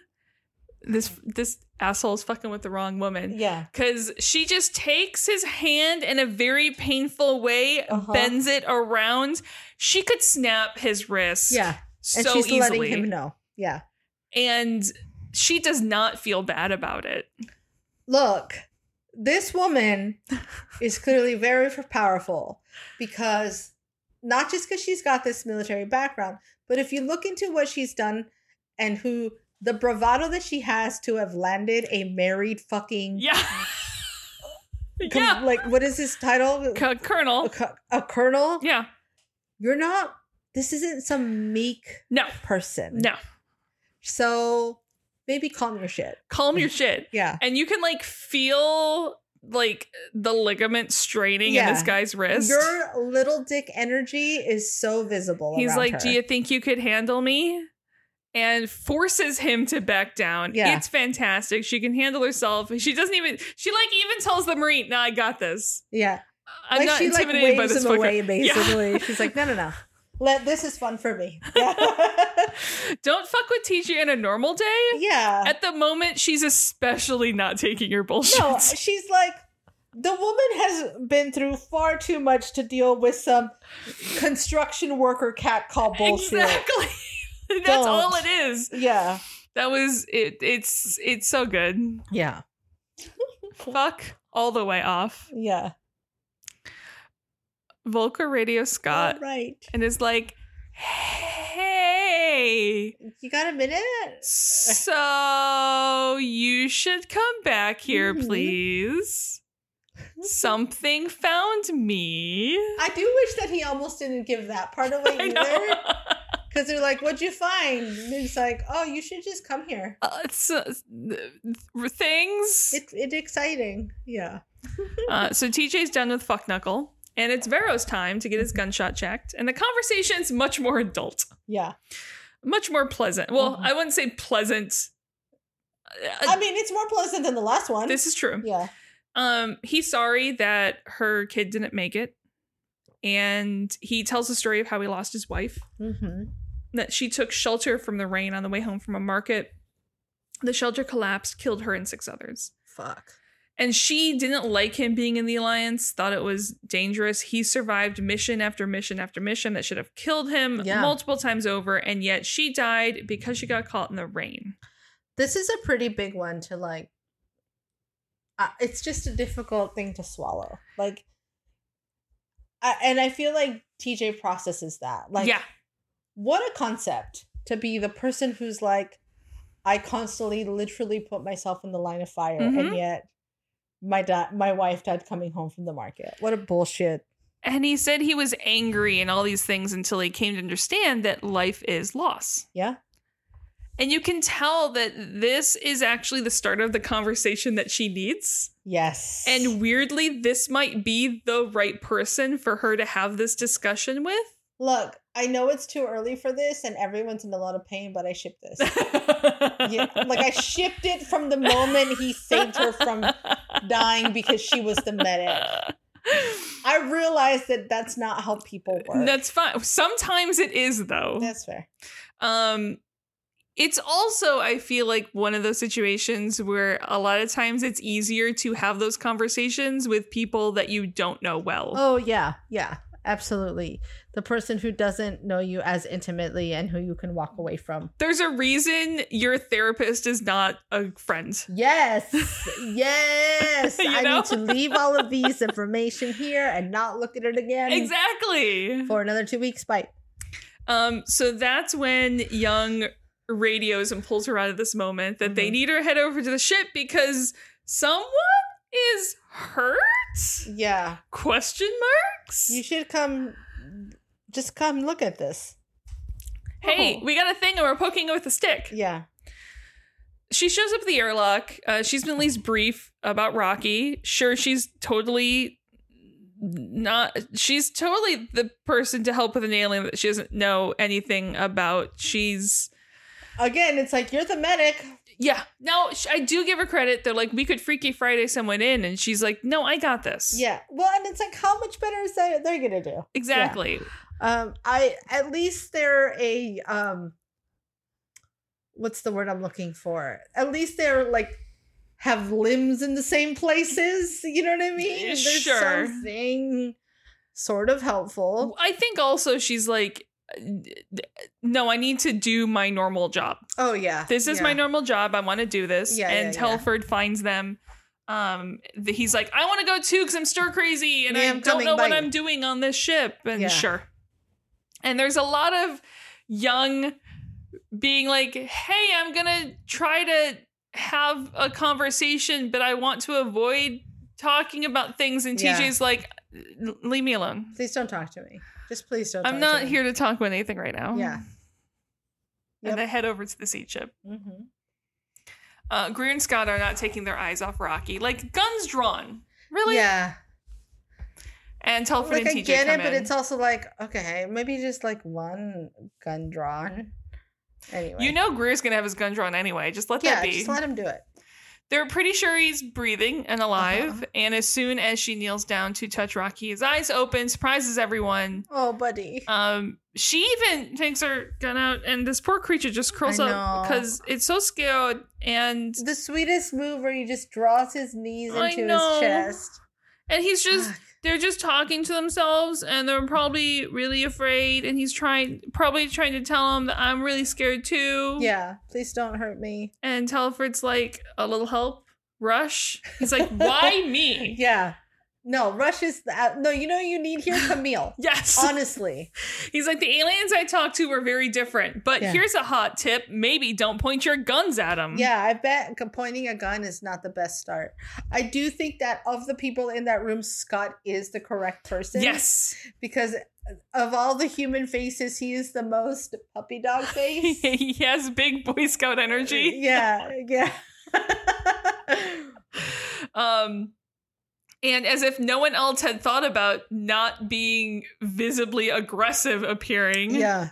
This this asshole's fucking with the wrong woman. Yeah. Cause she just takes his hand in a very painful way, Uh-huh. bends it around. She could snap his wrist. Yeah. And so she's easily. letting him know. Yeah. And she does not feel bad about it. Look, this woman is clearly very f- powerful because not just because she's got this military background, but if you look into what she's done and who the bravado that she has to have landed a married fucking Yeah. Com- yeah. like what is his title C- Colonel. a, co- a colonel Yeah. you're not this isn't some meek No. person No. so maybe calm your shit Calm your shit. yeah And you can like feel like the ligament straining in this Yeah. guy's wrist. your little dick energy is so visible He's around like, her. Do you think you could handle me? And forces him to back down. Yeah. It's fantastic. She can handle herself. She doesn't even, she like even tells the Marine, No, I got this. yeah I'm like not she like intimidated waves by this him fucker. away Yeah. basically she's like no no no let this is fun for me yeah, Don't fuck with TJ in a normal day. Yeah. At the moment, she's especially not taking your bullshit. no uh, she's like the woman has been through far too much to deal with some construction worker cat call bullshit exactly. That's Don't. all it is. Yeah. That was it. It's it's so good. Yeah. Fuck all the way off. Yeah. Volker radio Scott All right. and is like, hey, Hi. You got a minute? So you should come back here, Mhm. please. Something found me. I do wish that he almost didn't give that part away I either. know. Because they're like, what'd you find? And it's like, oh, you should just come here. Uh, it's, uh, th- things. It, it's exciting. Yeah. Uh, so TJ's done with Fuck Knuckle, and it's Vero's time to get his gunshot checked. And the conversation's much more adult, Yeah. much more pleasant. Well, Mhm. I wouldn't say pleasant. Uh, I mean, it's more pleasant than the last one. this is true. yeah. Um, he's sorry that her kid didn't make it, and he tells the story of how he lost his wife. Mm-hmm. That she took shelter from the rain on the way home from a market. The shelter collapsed, killed her and six others. Fuck. And she didn't like him being in the alliance, thought it was dangerous. He survived mission after mission after mission that should have killed him Yeah. multiple times over, and yet she died because she got caught in the rain. This is a pretty big one to like. Uh, it's just a difficult thing to swallow. Like, I, and I feel like TJ processes that. Like, yeah, what a concept to be the person who's like i constantly literally put myself in the line of fire and Mhm. yet my dad my wife died coming home from the market what a bullshit and he said he was angry and all these things until he came to understand that life is loss. yeah And you can tell that this is actually the start of the conversation that she needs. yes And weirdly, this might be the right person for her to have this discussion with. look i know it's too early for this and everyone's in a lot of pain but i ship this yeah like i shipped it from the moment he saved her from dying because she was the medic i realized that that's not how people work That's fine. Sometimes it is though. that's fair Um it's also I feel like one of those situations where a lot of times it's easier to have those conversations with people that you don't know well. Oh yeah, yeah, absolutely. The person who doesn't know you as intimately and who you can walk away from. There's a reason your therapist is not a friend. Yes, yes. You I know? need to leave all of these information here and not look at it again Exactly. for another two weeks. Bye. Um so that's when young radios and pulls her out of this moment that they Mhm. need her to head over to the ship because someone is hurt? Yeah, Question marks? you should come. Just come look at this. hey, Oh. we got a thing and we're poking it with a stick. Yeah. She shows up at the airlock. Uh, she's been at least brief about Rocky. Sure, she's totally not. She's totally the person to help with an alien that she doesn't know anything about. She's. Again, it's like you're the medic. Yeah. Now, sh- I do give her credit. They're like, we could Freaky Friday someone in. And she's like, no, I got this. Yeah. Well, and it's like, how much better is that they're gonna do? Exactly. Um, I at least they're a um, what's the word I'm looking for? At least they're like have limbs in the same places. You know what I mean? There's Sure. something sort of helpful. I think also she's like, no, I need to do my normal job. Oh yeah, this is yeah. my normal job. I want to do this. Yeah, and yeah, yeah. Telford finds them. Um, th- he's like, I want to go too because I'm stir crazy and Yeah, I I'm don't coming know what by. I'm doing on this ship. And Yeah. sure. And there's a lot of young being like, hey, I'm gonna try to have a conversation, but I want to avoid talking about things. And Yeah. TJ's like, "L- leave me alone. Please don't talk to me. Just please don't. I'm talk to not me. here to talk about anything right now. Yeah. And Yep. they head over to the seat ship. Mhm. Uh, Greer and Scott are not taking their eyes off Rocky. Like guns drawn, really. Yeah. And Telford Like and I TJ get come it, but in. it's also like okay, maybe just like one gun drawn. Anyway, you know Greer's gonna have his gun drawn anyway. Just let yeah, that be. just let him do it. They're pretty sure he's breathing and alive. Uh-huh. And as soon as she kneels down to touch Rocky, his eyes open, surprises everyone. Oh, buddy. Um, she even takes her gun out, and this poor creature just curls up I know. because it's so scared. And the sweetest move where he just draws his knees I into know. his chest. and he's just Fuck. they're just talking to themselves and they're probably really afraid and he's trying probably trying to tell him that i'm really scared too Yeah, please don't hurt me. and telford's like a little help rush he's like why me Yeah. No, Rush is the, out- no. You know you need here Camille. Yes. Honestly, He's like, the aliens I talked to were very different, but Yeah. here's a hot tip. Maybe don't point your guns at them. yeah, I bet pointing a gun is not the best start. I do think that of the people in that room, Scott is the correct person. Yes. because of all the human faces, he is the most puppy dog face. he has big Boy Scout energy. yeah, yeah. Um, and as if no one else had thought about not being visibly aggressive appearing, yeah.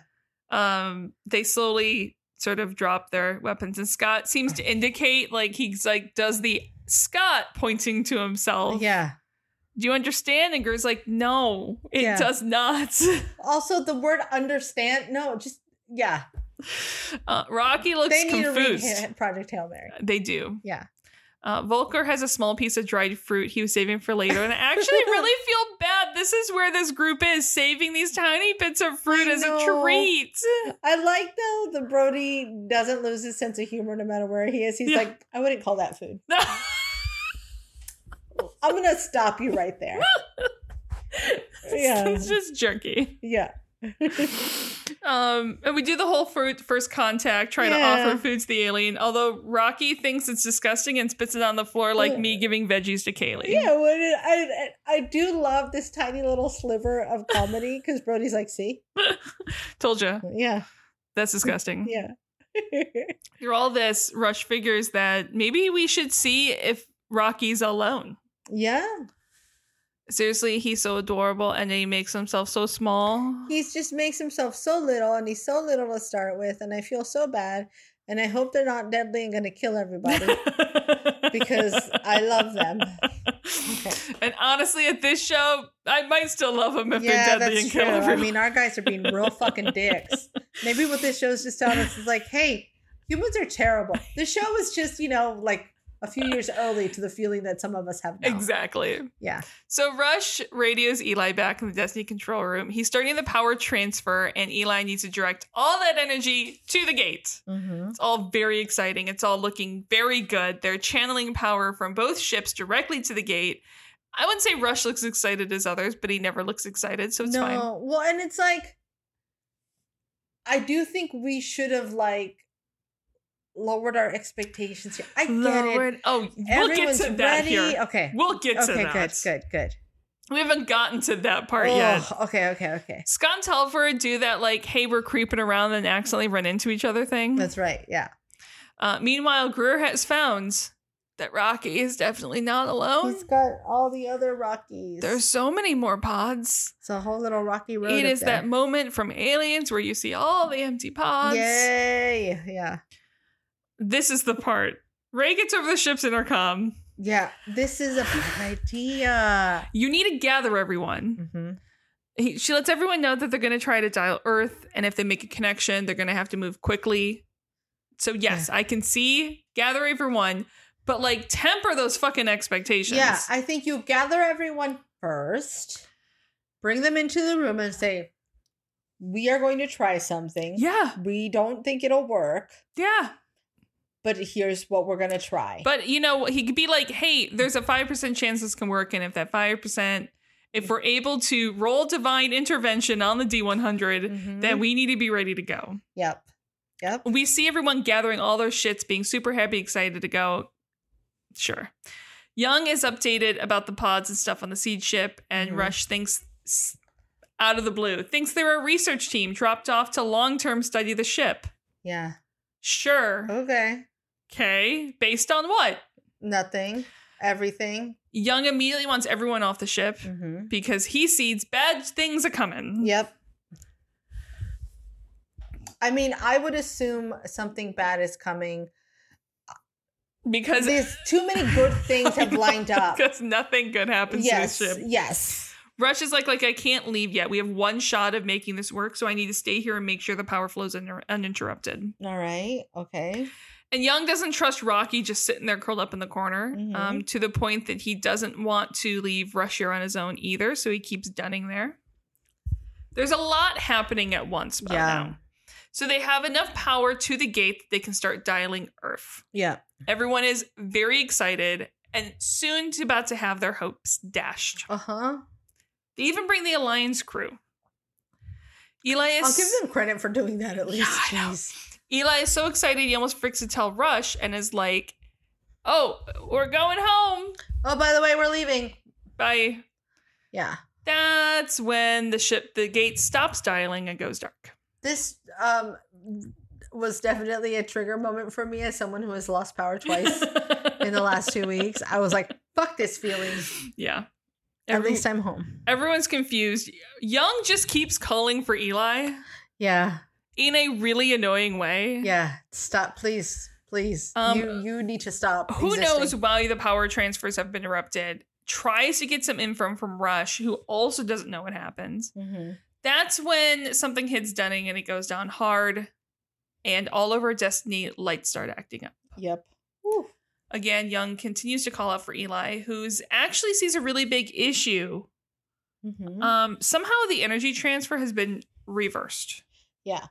um, they slowly sort of drop their weapons. And Scott seems to indicate, like, he's like, does the Scott pointing to himself. Yeah. Do you understand? And Gur's like, no, it Yeah. does not. Also, the word understand, no, just, yeah. Uh, Rocky looks they need confused. to read Ha- Project Hail Mary. They do. Yeah. Uh, Volker has a small piece of dried fruit he was saving for later, and I actually really feel bad. This is where this group is saving these tiny bits of fruit I as a know. treat. I like, though, the Brody doesn't lose his sense of humor no matter where he is. He's Yeah. like, I wouldn't call that food. I'm going to stop you right there. yeah. it's just jerky. Yeah. Um, and we do the whole fruit first contact, trying Yeah. to offer food to the alien. Although Rocky thinks it's disgusting and spits it on the floor like me giving veggies to Kaylee. Yeah, what it, I I I do love this tiny little sliver of comedy because Brody's like, see, Told you yeah, that's disgusting. yeah, Through all this, Rush figures that maybe we should see if Rocky's alone. yeah. Seriously, he's so adorable and then he makes himself so small. He just makes himself so little, and he's so little to start with, and I feel so bad, and I hope they're not deadly and gonna kill everybody because I love them. And honestly, at this show, I might still love him if yeah, they're deadly that's and true. kill I everyone. mean, our guys are being real fucking dicks. Maybe what this show's just telling us is like, hey, humans are terrible. The show was just, you know, like a few years early to the feeling that some of us have now. Exactly. Yeah. So Rush radios Eli back in the Destiny control room. He's starting the power transfer, and Eli needs to direct all that energy to the gate. Mm-hmm. It's all very exciting. It's all looking very good. They're channeling power from both ships directly to the gate. I wouldn't say Rush looks excited as others, but he never looks excited, so it's no, fine. well, and it's like I do think we should have like lowered our expectations here. I get it. Lord- Oh, we'll get Everyone's to that ready. here. Okay. We'll get to okay, that. good, good, good. We haven't gotten to that part Oh, yet. okay, okay, okay. Scott and Telford do that like, hey, we're creeping around and accidentally run into each other thing. That's right. Yeah. Uh, meanwhile, Greer has found that Rocky is definitely not alone. He's got all the other Rockies. Um, There's so many more pods. it's a whole little rocky road. It up is there. that moment from Aliens where you see all the empty pods. Yay. Yeah. This is the part. Ray gets over the ship's intercom. Yeah. This is a bad idea. You need to gather everyone. Mm-hmm. He, she lets everyone know that they're going to try to dial Earth, and if they make a connection, they're going to have to move quickly. So, yes, I can see gather everyone, but like temper those fucking expectations. Yeah, I think you gather everyone first, bring them into the room and say, We are going to try something. yeah, We don't think it'll work, yeah. but here's what we're going to try. But you know, he could be like, "Hey, there's a five percent chance this can work, and if that five percent, if we're able to roll divine intervention on the D100, Mhm. then we need to be ready to go." Yep. Yep. We see everyone gathering all their shits, being super happy, excited to go. Sure. Young is updated about the pods and stuff on the seed ship, and Mhm. Rush thinks s- out of the blue thinks they're a research team dropped off to long-term study the ship. Yeah. Sure. Okay. Okay. Based on what? Nothing. Everything. Young immediately wants everyone off the ship Mm-hmm. because he sees bad things a coming. Yep. I mean, I would assume something bad is coming. Because There's too many good things have lined up. Because nothing good happens Yes. to the ship. Yes. Rush is like, like I can't leave yet. We have one shot of making this work, so I need to stay here and make sure the power flows un- uninterrupted. All right. Okay. And Young doesn't trust Rocky just sitting there curled up in the corner, Mhm. um, to the point that he doesn't want to leave Rush here on his own either, so he keeps dunning there. There's a lot happening at once by Yeah. now. So they have enough power to the gate that they can start dialing Earth. Yeah. Everyone is very excited. and soon to about to have their hopes dashed. Uh huh. They even bring the Alliance crew. Eli is I'll give them credit for doing that at least. Yeah, I know. Jeez. Eli is so excited he almost freaks to tell Rush and is like, "Oh, we're going home." Oh, by the way, we're leaving. Bye. Yeah. That's when the ship, the gate stops dialing and goes dark. This um was definitely a trigger moment for me as someone who has lost power twice in the last two weeks. I was like, fuck this feeling. yeah. At Every- least I'm home. everyone's confused. Young just keeps calling for Eli Yeah. in a really annoying way. Yeah. Stop, please. Please. Um, you you need to stop. Who existing. knows why the power transfers have been interrupted? Tries to get some info from Rush, who also doesn't know what happened. Mhm. That's when something hits Dunning and it goes down hard, and all over Destiny lights start acting up. Yep. Whew. Again, Young continues to call out for Eli, who's actually sees a really big issue. Mhm. Um, somehow the energy transfer has been reversed. yeah.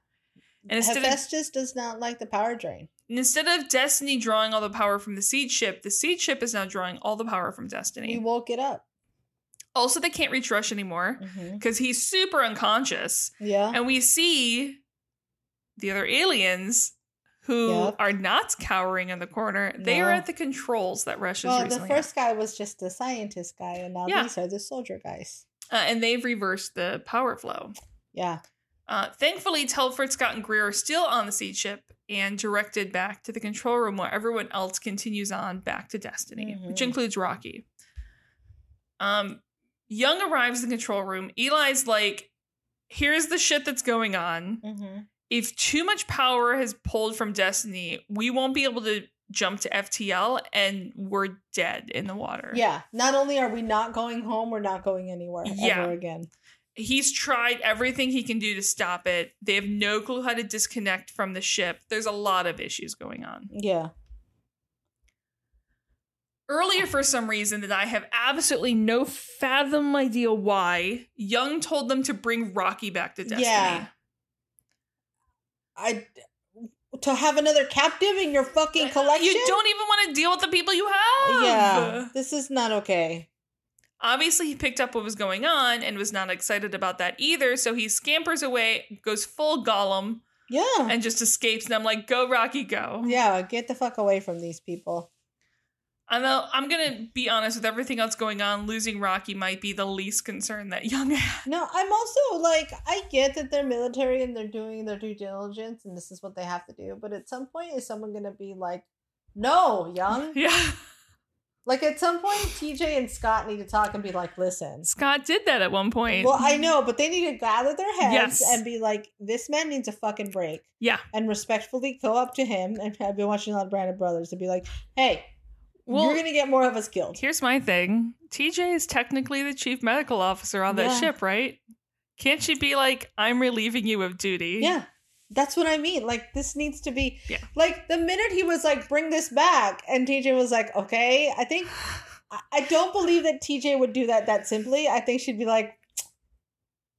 And instead of Hephaestus does not like the power drain. And Instead of Destiny drawing all the power from the seed ship, the seed ship is now drawing all the power from He Destiny. woke it up. Also, they can't reach Rush anymore Mhm. because he's super unconscious. Yeah. And we see the other aliens who Yep. are not cowering in the corner. They are No. at the controls that Rush is Well, the recently first guy was just the scientist guy, and now Yeah. these are the soldier guys. at. Uh, and they've reversed the power flow. Yeah. Uh, thankfully, Telford, Scott, and Greer are still on the seed ship and directed back to the control room where everyone else continues on back to Destiny, which Mhm. includes Rocky. Um, Young arrives in the control room. Eli's like, here's the shit that's going on. Mm-hmm. If too much power has pulled from Destiny, we won't be able to jump to FTL and we're dead in the water. Yeah. Not only are we not going home, we're not going anywhere Yeah. ever again. he's tried everything he can do to stop it. They have no clue how to disconnect from the ship. There's a lot of issues going on. Yeah. Earlier, for some reason that I have absolutely no fathom idea why, Young told them to bring Rocky back to Destiny. Yeah. I to have another captive in your fucking collection. You don't even want to deal with the people you have. Yeah. This is not okay. Obviously, he picked up what was going on and was not excited about that either. So he scampers away, goes full golem, Yeah. and just escapes. And I'm like, go, Rocky, go. yeah. Get the fuck away from these people. I'm a, I'm gonna be honest with everything else going on. Losing Rocky might be the least concern that Young had. No, I'm also like I get that they're military and they're doing their due diligence and this is what they have to do, but at some point is someone going to be like, "No, young." Yeah, Like at some point TJ and Scott need to talk and be like, "Listen." Scott did that at one point. Well, I know, but they need to gather their heads Yes. and be like, "This man needs a fucking break." Yeah. And respectfully go up to him and I've been watching a lot of Brand of Brothers and be like, "Hey, Well, you're going to get more of us killed." here's my thing. TJ is technically the chief medical officer on that Yeah. ship, right? Can't she be like, I'm relieving you of duty? Yeah. That's what I mean. Like this needs to be Yeah. like the minute he was like, bring this back, and TJ was like, okay, I think I- I don't believe that TJ would do that that simply. I think she'd be like,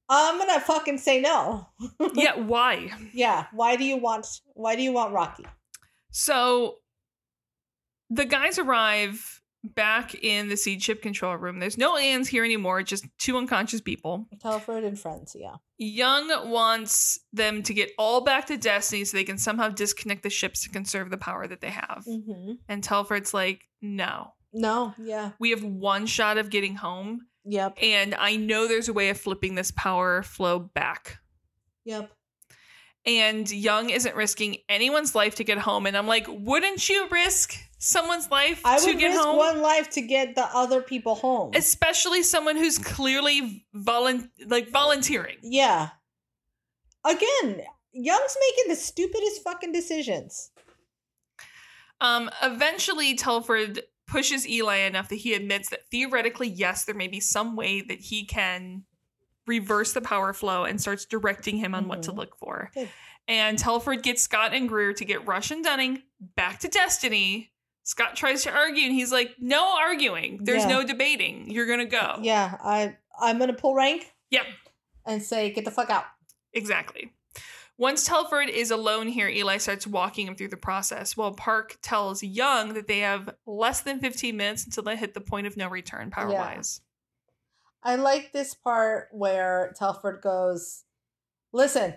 I'm gonna fucking say no. yeah. Why? Yeah. Why do you want why do you want Rocky? So the guys arrive back in the seed ship control room. There's no aliens here anymore. Just two unconscious people. Telford and friends, yeah. Young wants them to get all back to Destiny so they can somehow disconnect the ships to conserve the power that they have. Mm-hmm. And Telford's like, no, No, yeah. we have one shot of getting home, Yep. and I know there's a way of flipping this power flow back. Yep. And Young isn't risking anyone's life to get home. And I'm like, wouldn't you risk someone's life I to would get risk home? one life to get the other people home. Especially someone who's clearly volun- like volunteering. Yeah. Again, Young's making the stupidest fucking decisions. Um, eventually, Telford pushes Eli enough that he admits that theoretically, yes, there may be some way that he can reverse the power flow and starts directing him on what to Mhm. look for. Good. And Telford gets Scott and Greer to get Rush and Dunning back to Destiny. Scott tries to argue, and he's like, "No arguing. There's Yeah. no debating. You're gonna go." Yeah, I I'm gonna pull rank. Oh. Yep. And say get the fuck out. Exactly. Once Telford is alone here, Eli starts walking him through the process, while Park tells Young that they have less than 15 minutes until they hit the point of no return power wise. I like this part where Telford goes, "Listen,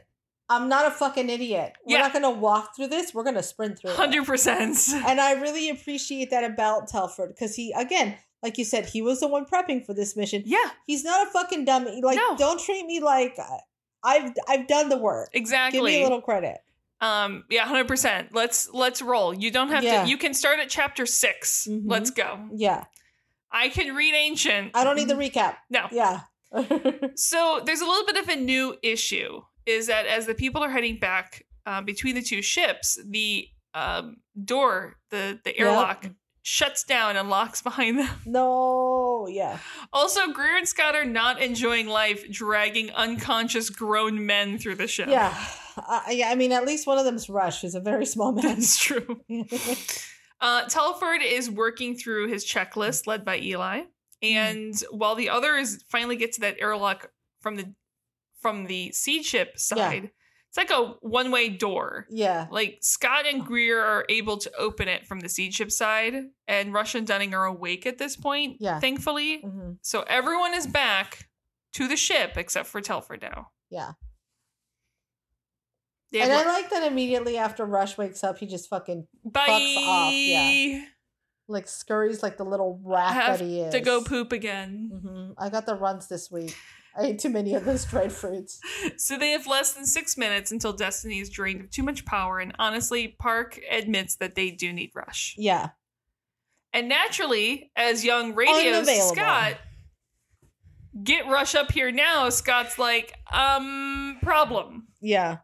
I'm not a fucking idiot. We're Yeah. not going to walk through this. We're going to sprint through it." 100%. And I really appreciate that about Telford because he, again, like you said, he was the one prepping for this mission. Yeah, He's not a fucking dummy. Like, No. don't treat me like uh, I've I've done the work. exactly. Give me a little credit. Um, yeah, hundred percent. Let's let's roll. You don't have Yeah. to. You can start at chapter 6 Mhm. let Let's go. Yeah, I can read ancient. I don't need the recap. Mm-hmm. No. Yeah. So there's a little bit of a new issue. Is that as the people are heading back um, between the two ships, the um, door, the the airlock, shuts down and locks behind them. no. Yeah. Also, Greer and Scott are not enjoying life, dragging unconscious grown men through the ship. Yeah. I, yeah. I mean, at least one of them's Rush, who's a very small man. that's true. Uh, Telford is working through his checklist led by Eli, and while the others finally get to that airlock from the from the seed ship side, it's like a one way door. yeah. Like Scott and Greer are able to open it from the seed ship side, and Rush and Dunning are awake at this point, Yeah. thankfully. hmm So everyone is back to the ship except for Telford now. Yeah. They And I have- like that immediately after Rush wakes up, he just fucking Bye. off, yeah. like scurries like the little rat Have that he is To go poop again. Mhm. I got the runs this week. I ate too many of those dried fruits. So they have less than six minutes until Destiny is drained of too much power, and honestly, Park admits that they do need Rush. Yeah. And naturally, as Young radios Unavailable. Scott, get Rush up here now, Scott's like, um, problem. Yeah.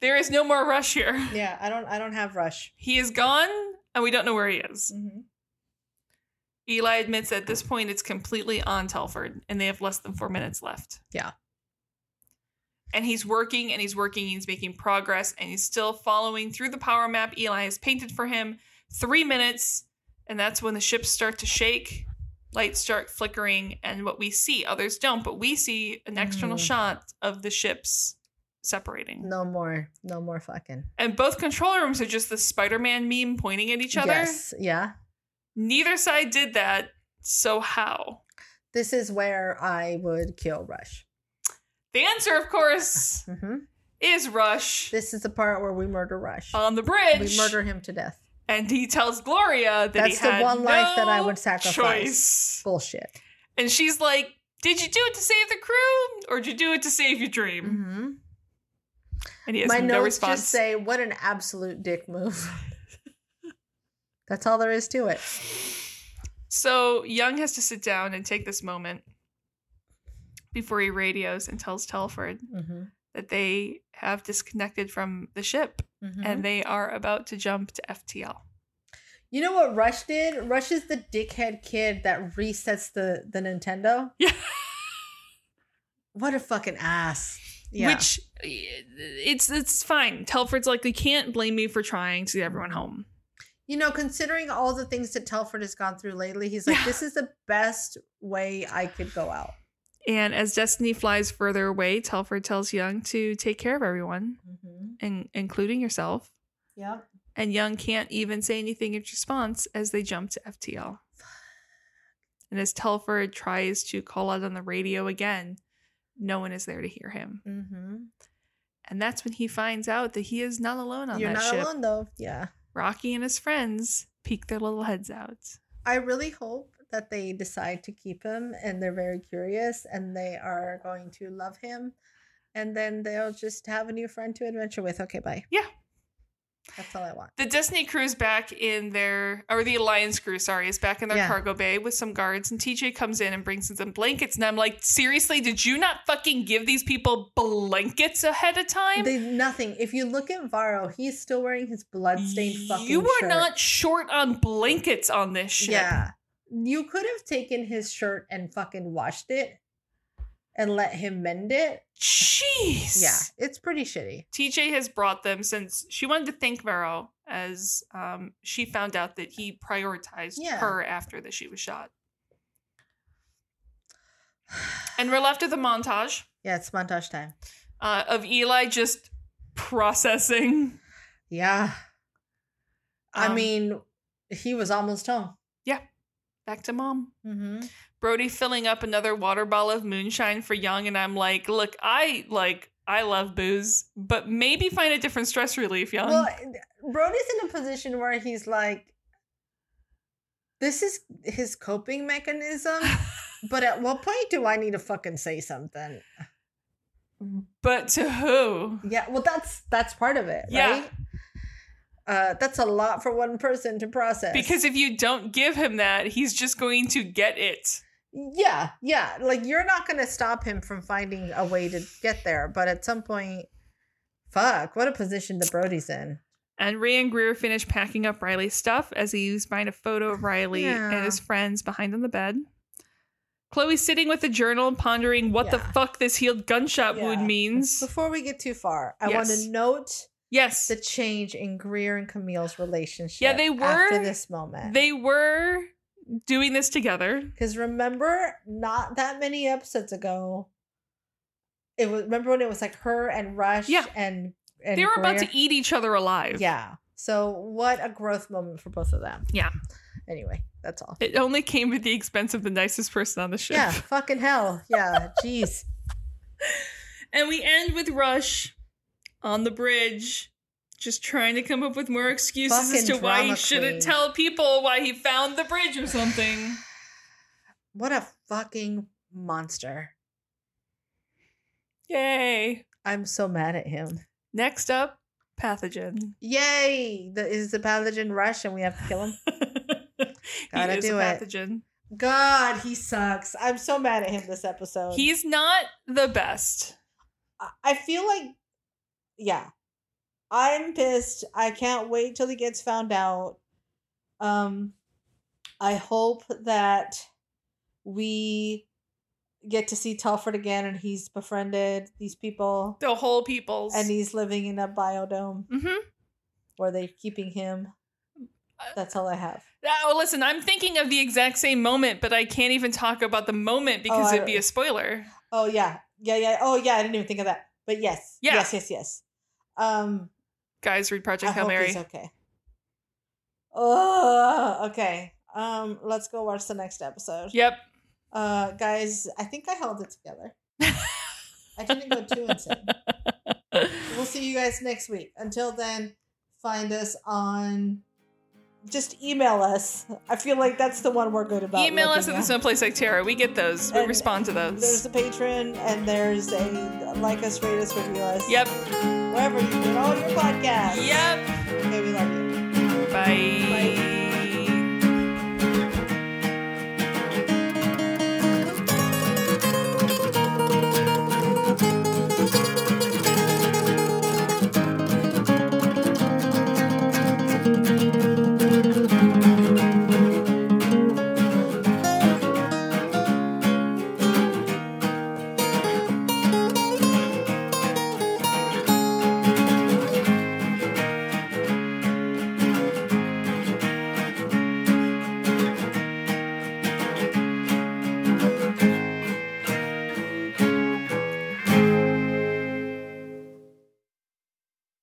There is no more Rush here. Yeah. I don't I don't have rush. He is gone, and we don't know where he is. Mm-hmm. Eli admits at this point it's completely on Telford, and they have less than four minutes left. Yeah. And he's working and he's working, he's making progress, and he's still following through the power map Eli has painted for him. Three minutes, and that's when the ships start to shake, lights start flickering, and what we see, others don't, but we see an external Mhm. shot of the ships separating. No more. No more fucking. And both control rooms are just the Spider Man meme pointing at each other. Yes. Yeah. Neither side did that, so how? This is where I would kill Rush. The answer, of course, Mm-hmm. is Rush This is the part where we murder Rush. on the bridge. we murder him to death. and he tells Gloria that he That's the had one life that I no would sacrifice. Choice. Bullshit. And she's like, Did you do it to save the crew? Or did you do it to save your dream? Mm-hmm. And he has My no notes response. just say, "What an absolute dick move." That's all there is to it. so Young has to sit down and take this moment before he radios and tells Telford Mm-hmm. that they have disconnected from the ship Mm-hmm. and they are about to jump to FTL. you know what Rush did? Rush is the dickhead kid that resets the the Nintendo. Yeah. What a fucking ass. Yeah. Which eh, it's it's fine. Telford's like, you can't blame me for trying to get everyone home. you know, considering all the things that Telford has gone through lately, he's like, Yeah. "This is the best way I could go out." And as Destiny flies further away, Telford tells Young to take care of everyone, Mm-hmm. in- including yourself. Yep. And Young can't even say anything in response as they jump to FTL. And as Telford tries to call out on the radio again, no one is there to hear him. Mm-hmm. And that's when he finds out that he is not alone on You're that not ship. alone though. Yeah. Rocky and his friends peek their little heads out. I really hope that they decide to keep him and they're very curious and they are going to love him. And then they'll just have a new friend to adventure with. Okay, bye. Yeah. That's all I want. The Destiny crew is back in their, or the Alliance crew, sorry, is back in their Yeah. cargo bay with some guards, and TJ comes in and brings in some blankets, and I'm like, seriously, did you not fucking give these people blankets ahead of time? They, nothing. If you look at Varro, he's still wearing his bloodstained fucking you are shirt. not short on blankets on this ship. Yeah. You could have taken his shirt and fucking washed it and let him mend it. Jeez. Yeah. It's pretty shitty. TJ has brought them since she wanted to thank Vero as um, she found out that he prioritized Yeah. her after that she was shot. And we're left with a montage. Yeah, it's montage time. uh, of Eli just processing. Yeah. I Um, mean, he was almost home. Back to mom. Mm-hmm. Brody filling up another water bottle of moonshine for Young, and I'm like, look, I like I love booze, but maybe find a different stress relief, Young. Well, Brody's in a position where he's like, this is his coping mechanism. but at what point do I need to fucking say something? but to who? Yeah, well, that's that's part of it, Yeah. right? Uh, that's a lot for one person to process. Because if you don't give him that, he's just going to get it. yeah, yeah, like you're not gonna stop him from finding a way to get there, but at some point, fuck, what a position that Brody's in. And Ray and Greer finish packing up Riley's stuff as he's buying a photo of Riley Yeah. and his friends behind on the bed. Chloe's sitting with a journal, pondering what the Yeah. fuck this healed gunshot wound Yeah. means. Before we get too far, I want Yes. to note Yes, the change in Greer and Camille's relationship. Yeah, they after were- this moment. they were doing this together. Because remember, not that many episodes ago, it was remember when it was like her and Rush Yeah. and, and they were about Greer? to eat each other alive. Yeah. So what a growth moment for both of them. Yeah. Anyway, that's all. It only came at the expense of the nicest person on the ship. Yeah. Fucking hell. Yeah. Jeez. And we end with Rush on the bridge, just trying to come up with more excuses as Fucking to why he drama queen. shouldn't tell people why he found the bridge or something. What a fucking monster. Yay. I'm so mad at him. Next up, Pathogen. Yay! The, is the pathogen Rush and we have to kill him? he Gotta is do a it. pathogen. God, he sucks. I'm so mad at him this episode. He's not the best. I- I feel like, yeah, I'm pissed. I can't wait till he gets found out. Um, I hope that we get to see Telford again and he's befriended these people The whole people's. and he's living in a biodome hmm where they're keeping him. That's all I have. Oh, listen, I'm thinking of the exact same moment, but I can't even talk about the moment because Oh, I- it'd be a spoiler. Oh yeah, yeah, yeah. Oh yeah, I didn't even think of that. But yes, Yeah. yes, yes, yes. Um, Guys, read I Project Hail hope Mary. he's okay. Oh, okay. Um, let's go watch the next episode. Yep. Uh, guys, I think I held it together. I didn't go too insane. We'll see you guys next week. Until then, find us on. Just email us. I feel like that's the one we're good about. Email us at looking the Someplace Like Tarot. We get those. We And- respond to There's those. a patron, and there's a like us, rate us, review us. Yep. Wherever you get all your podcasts. Yep.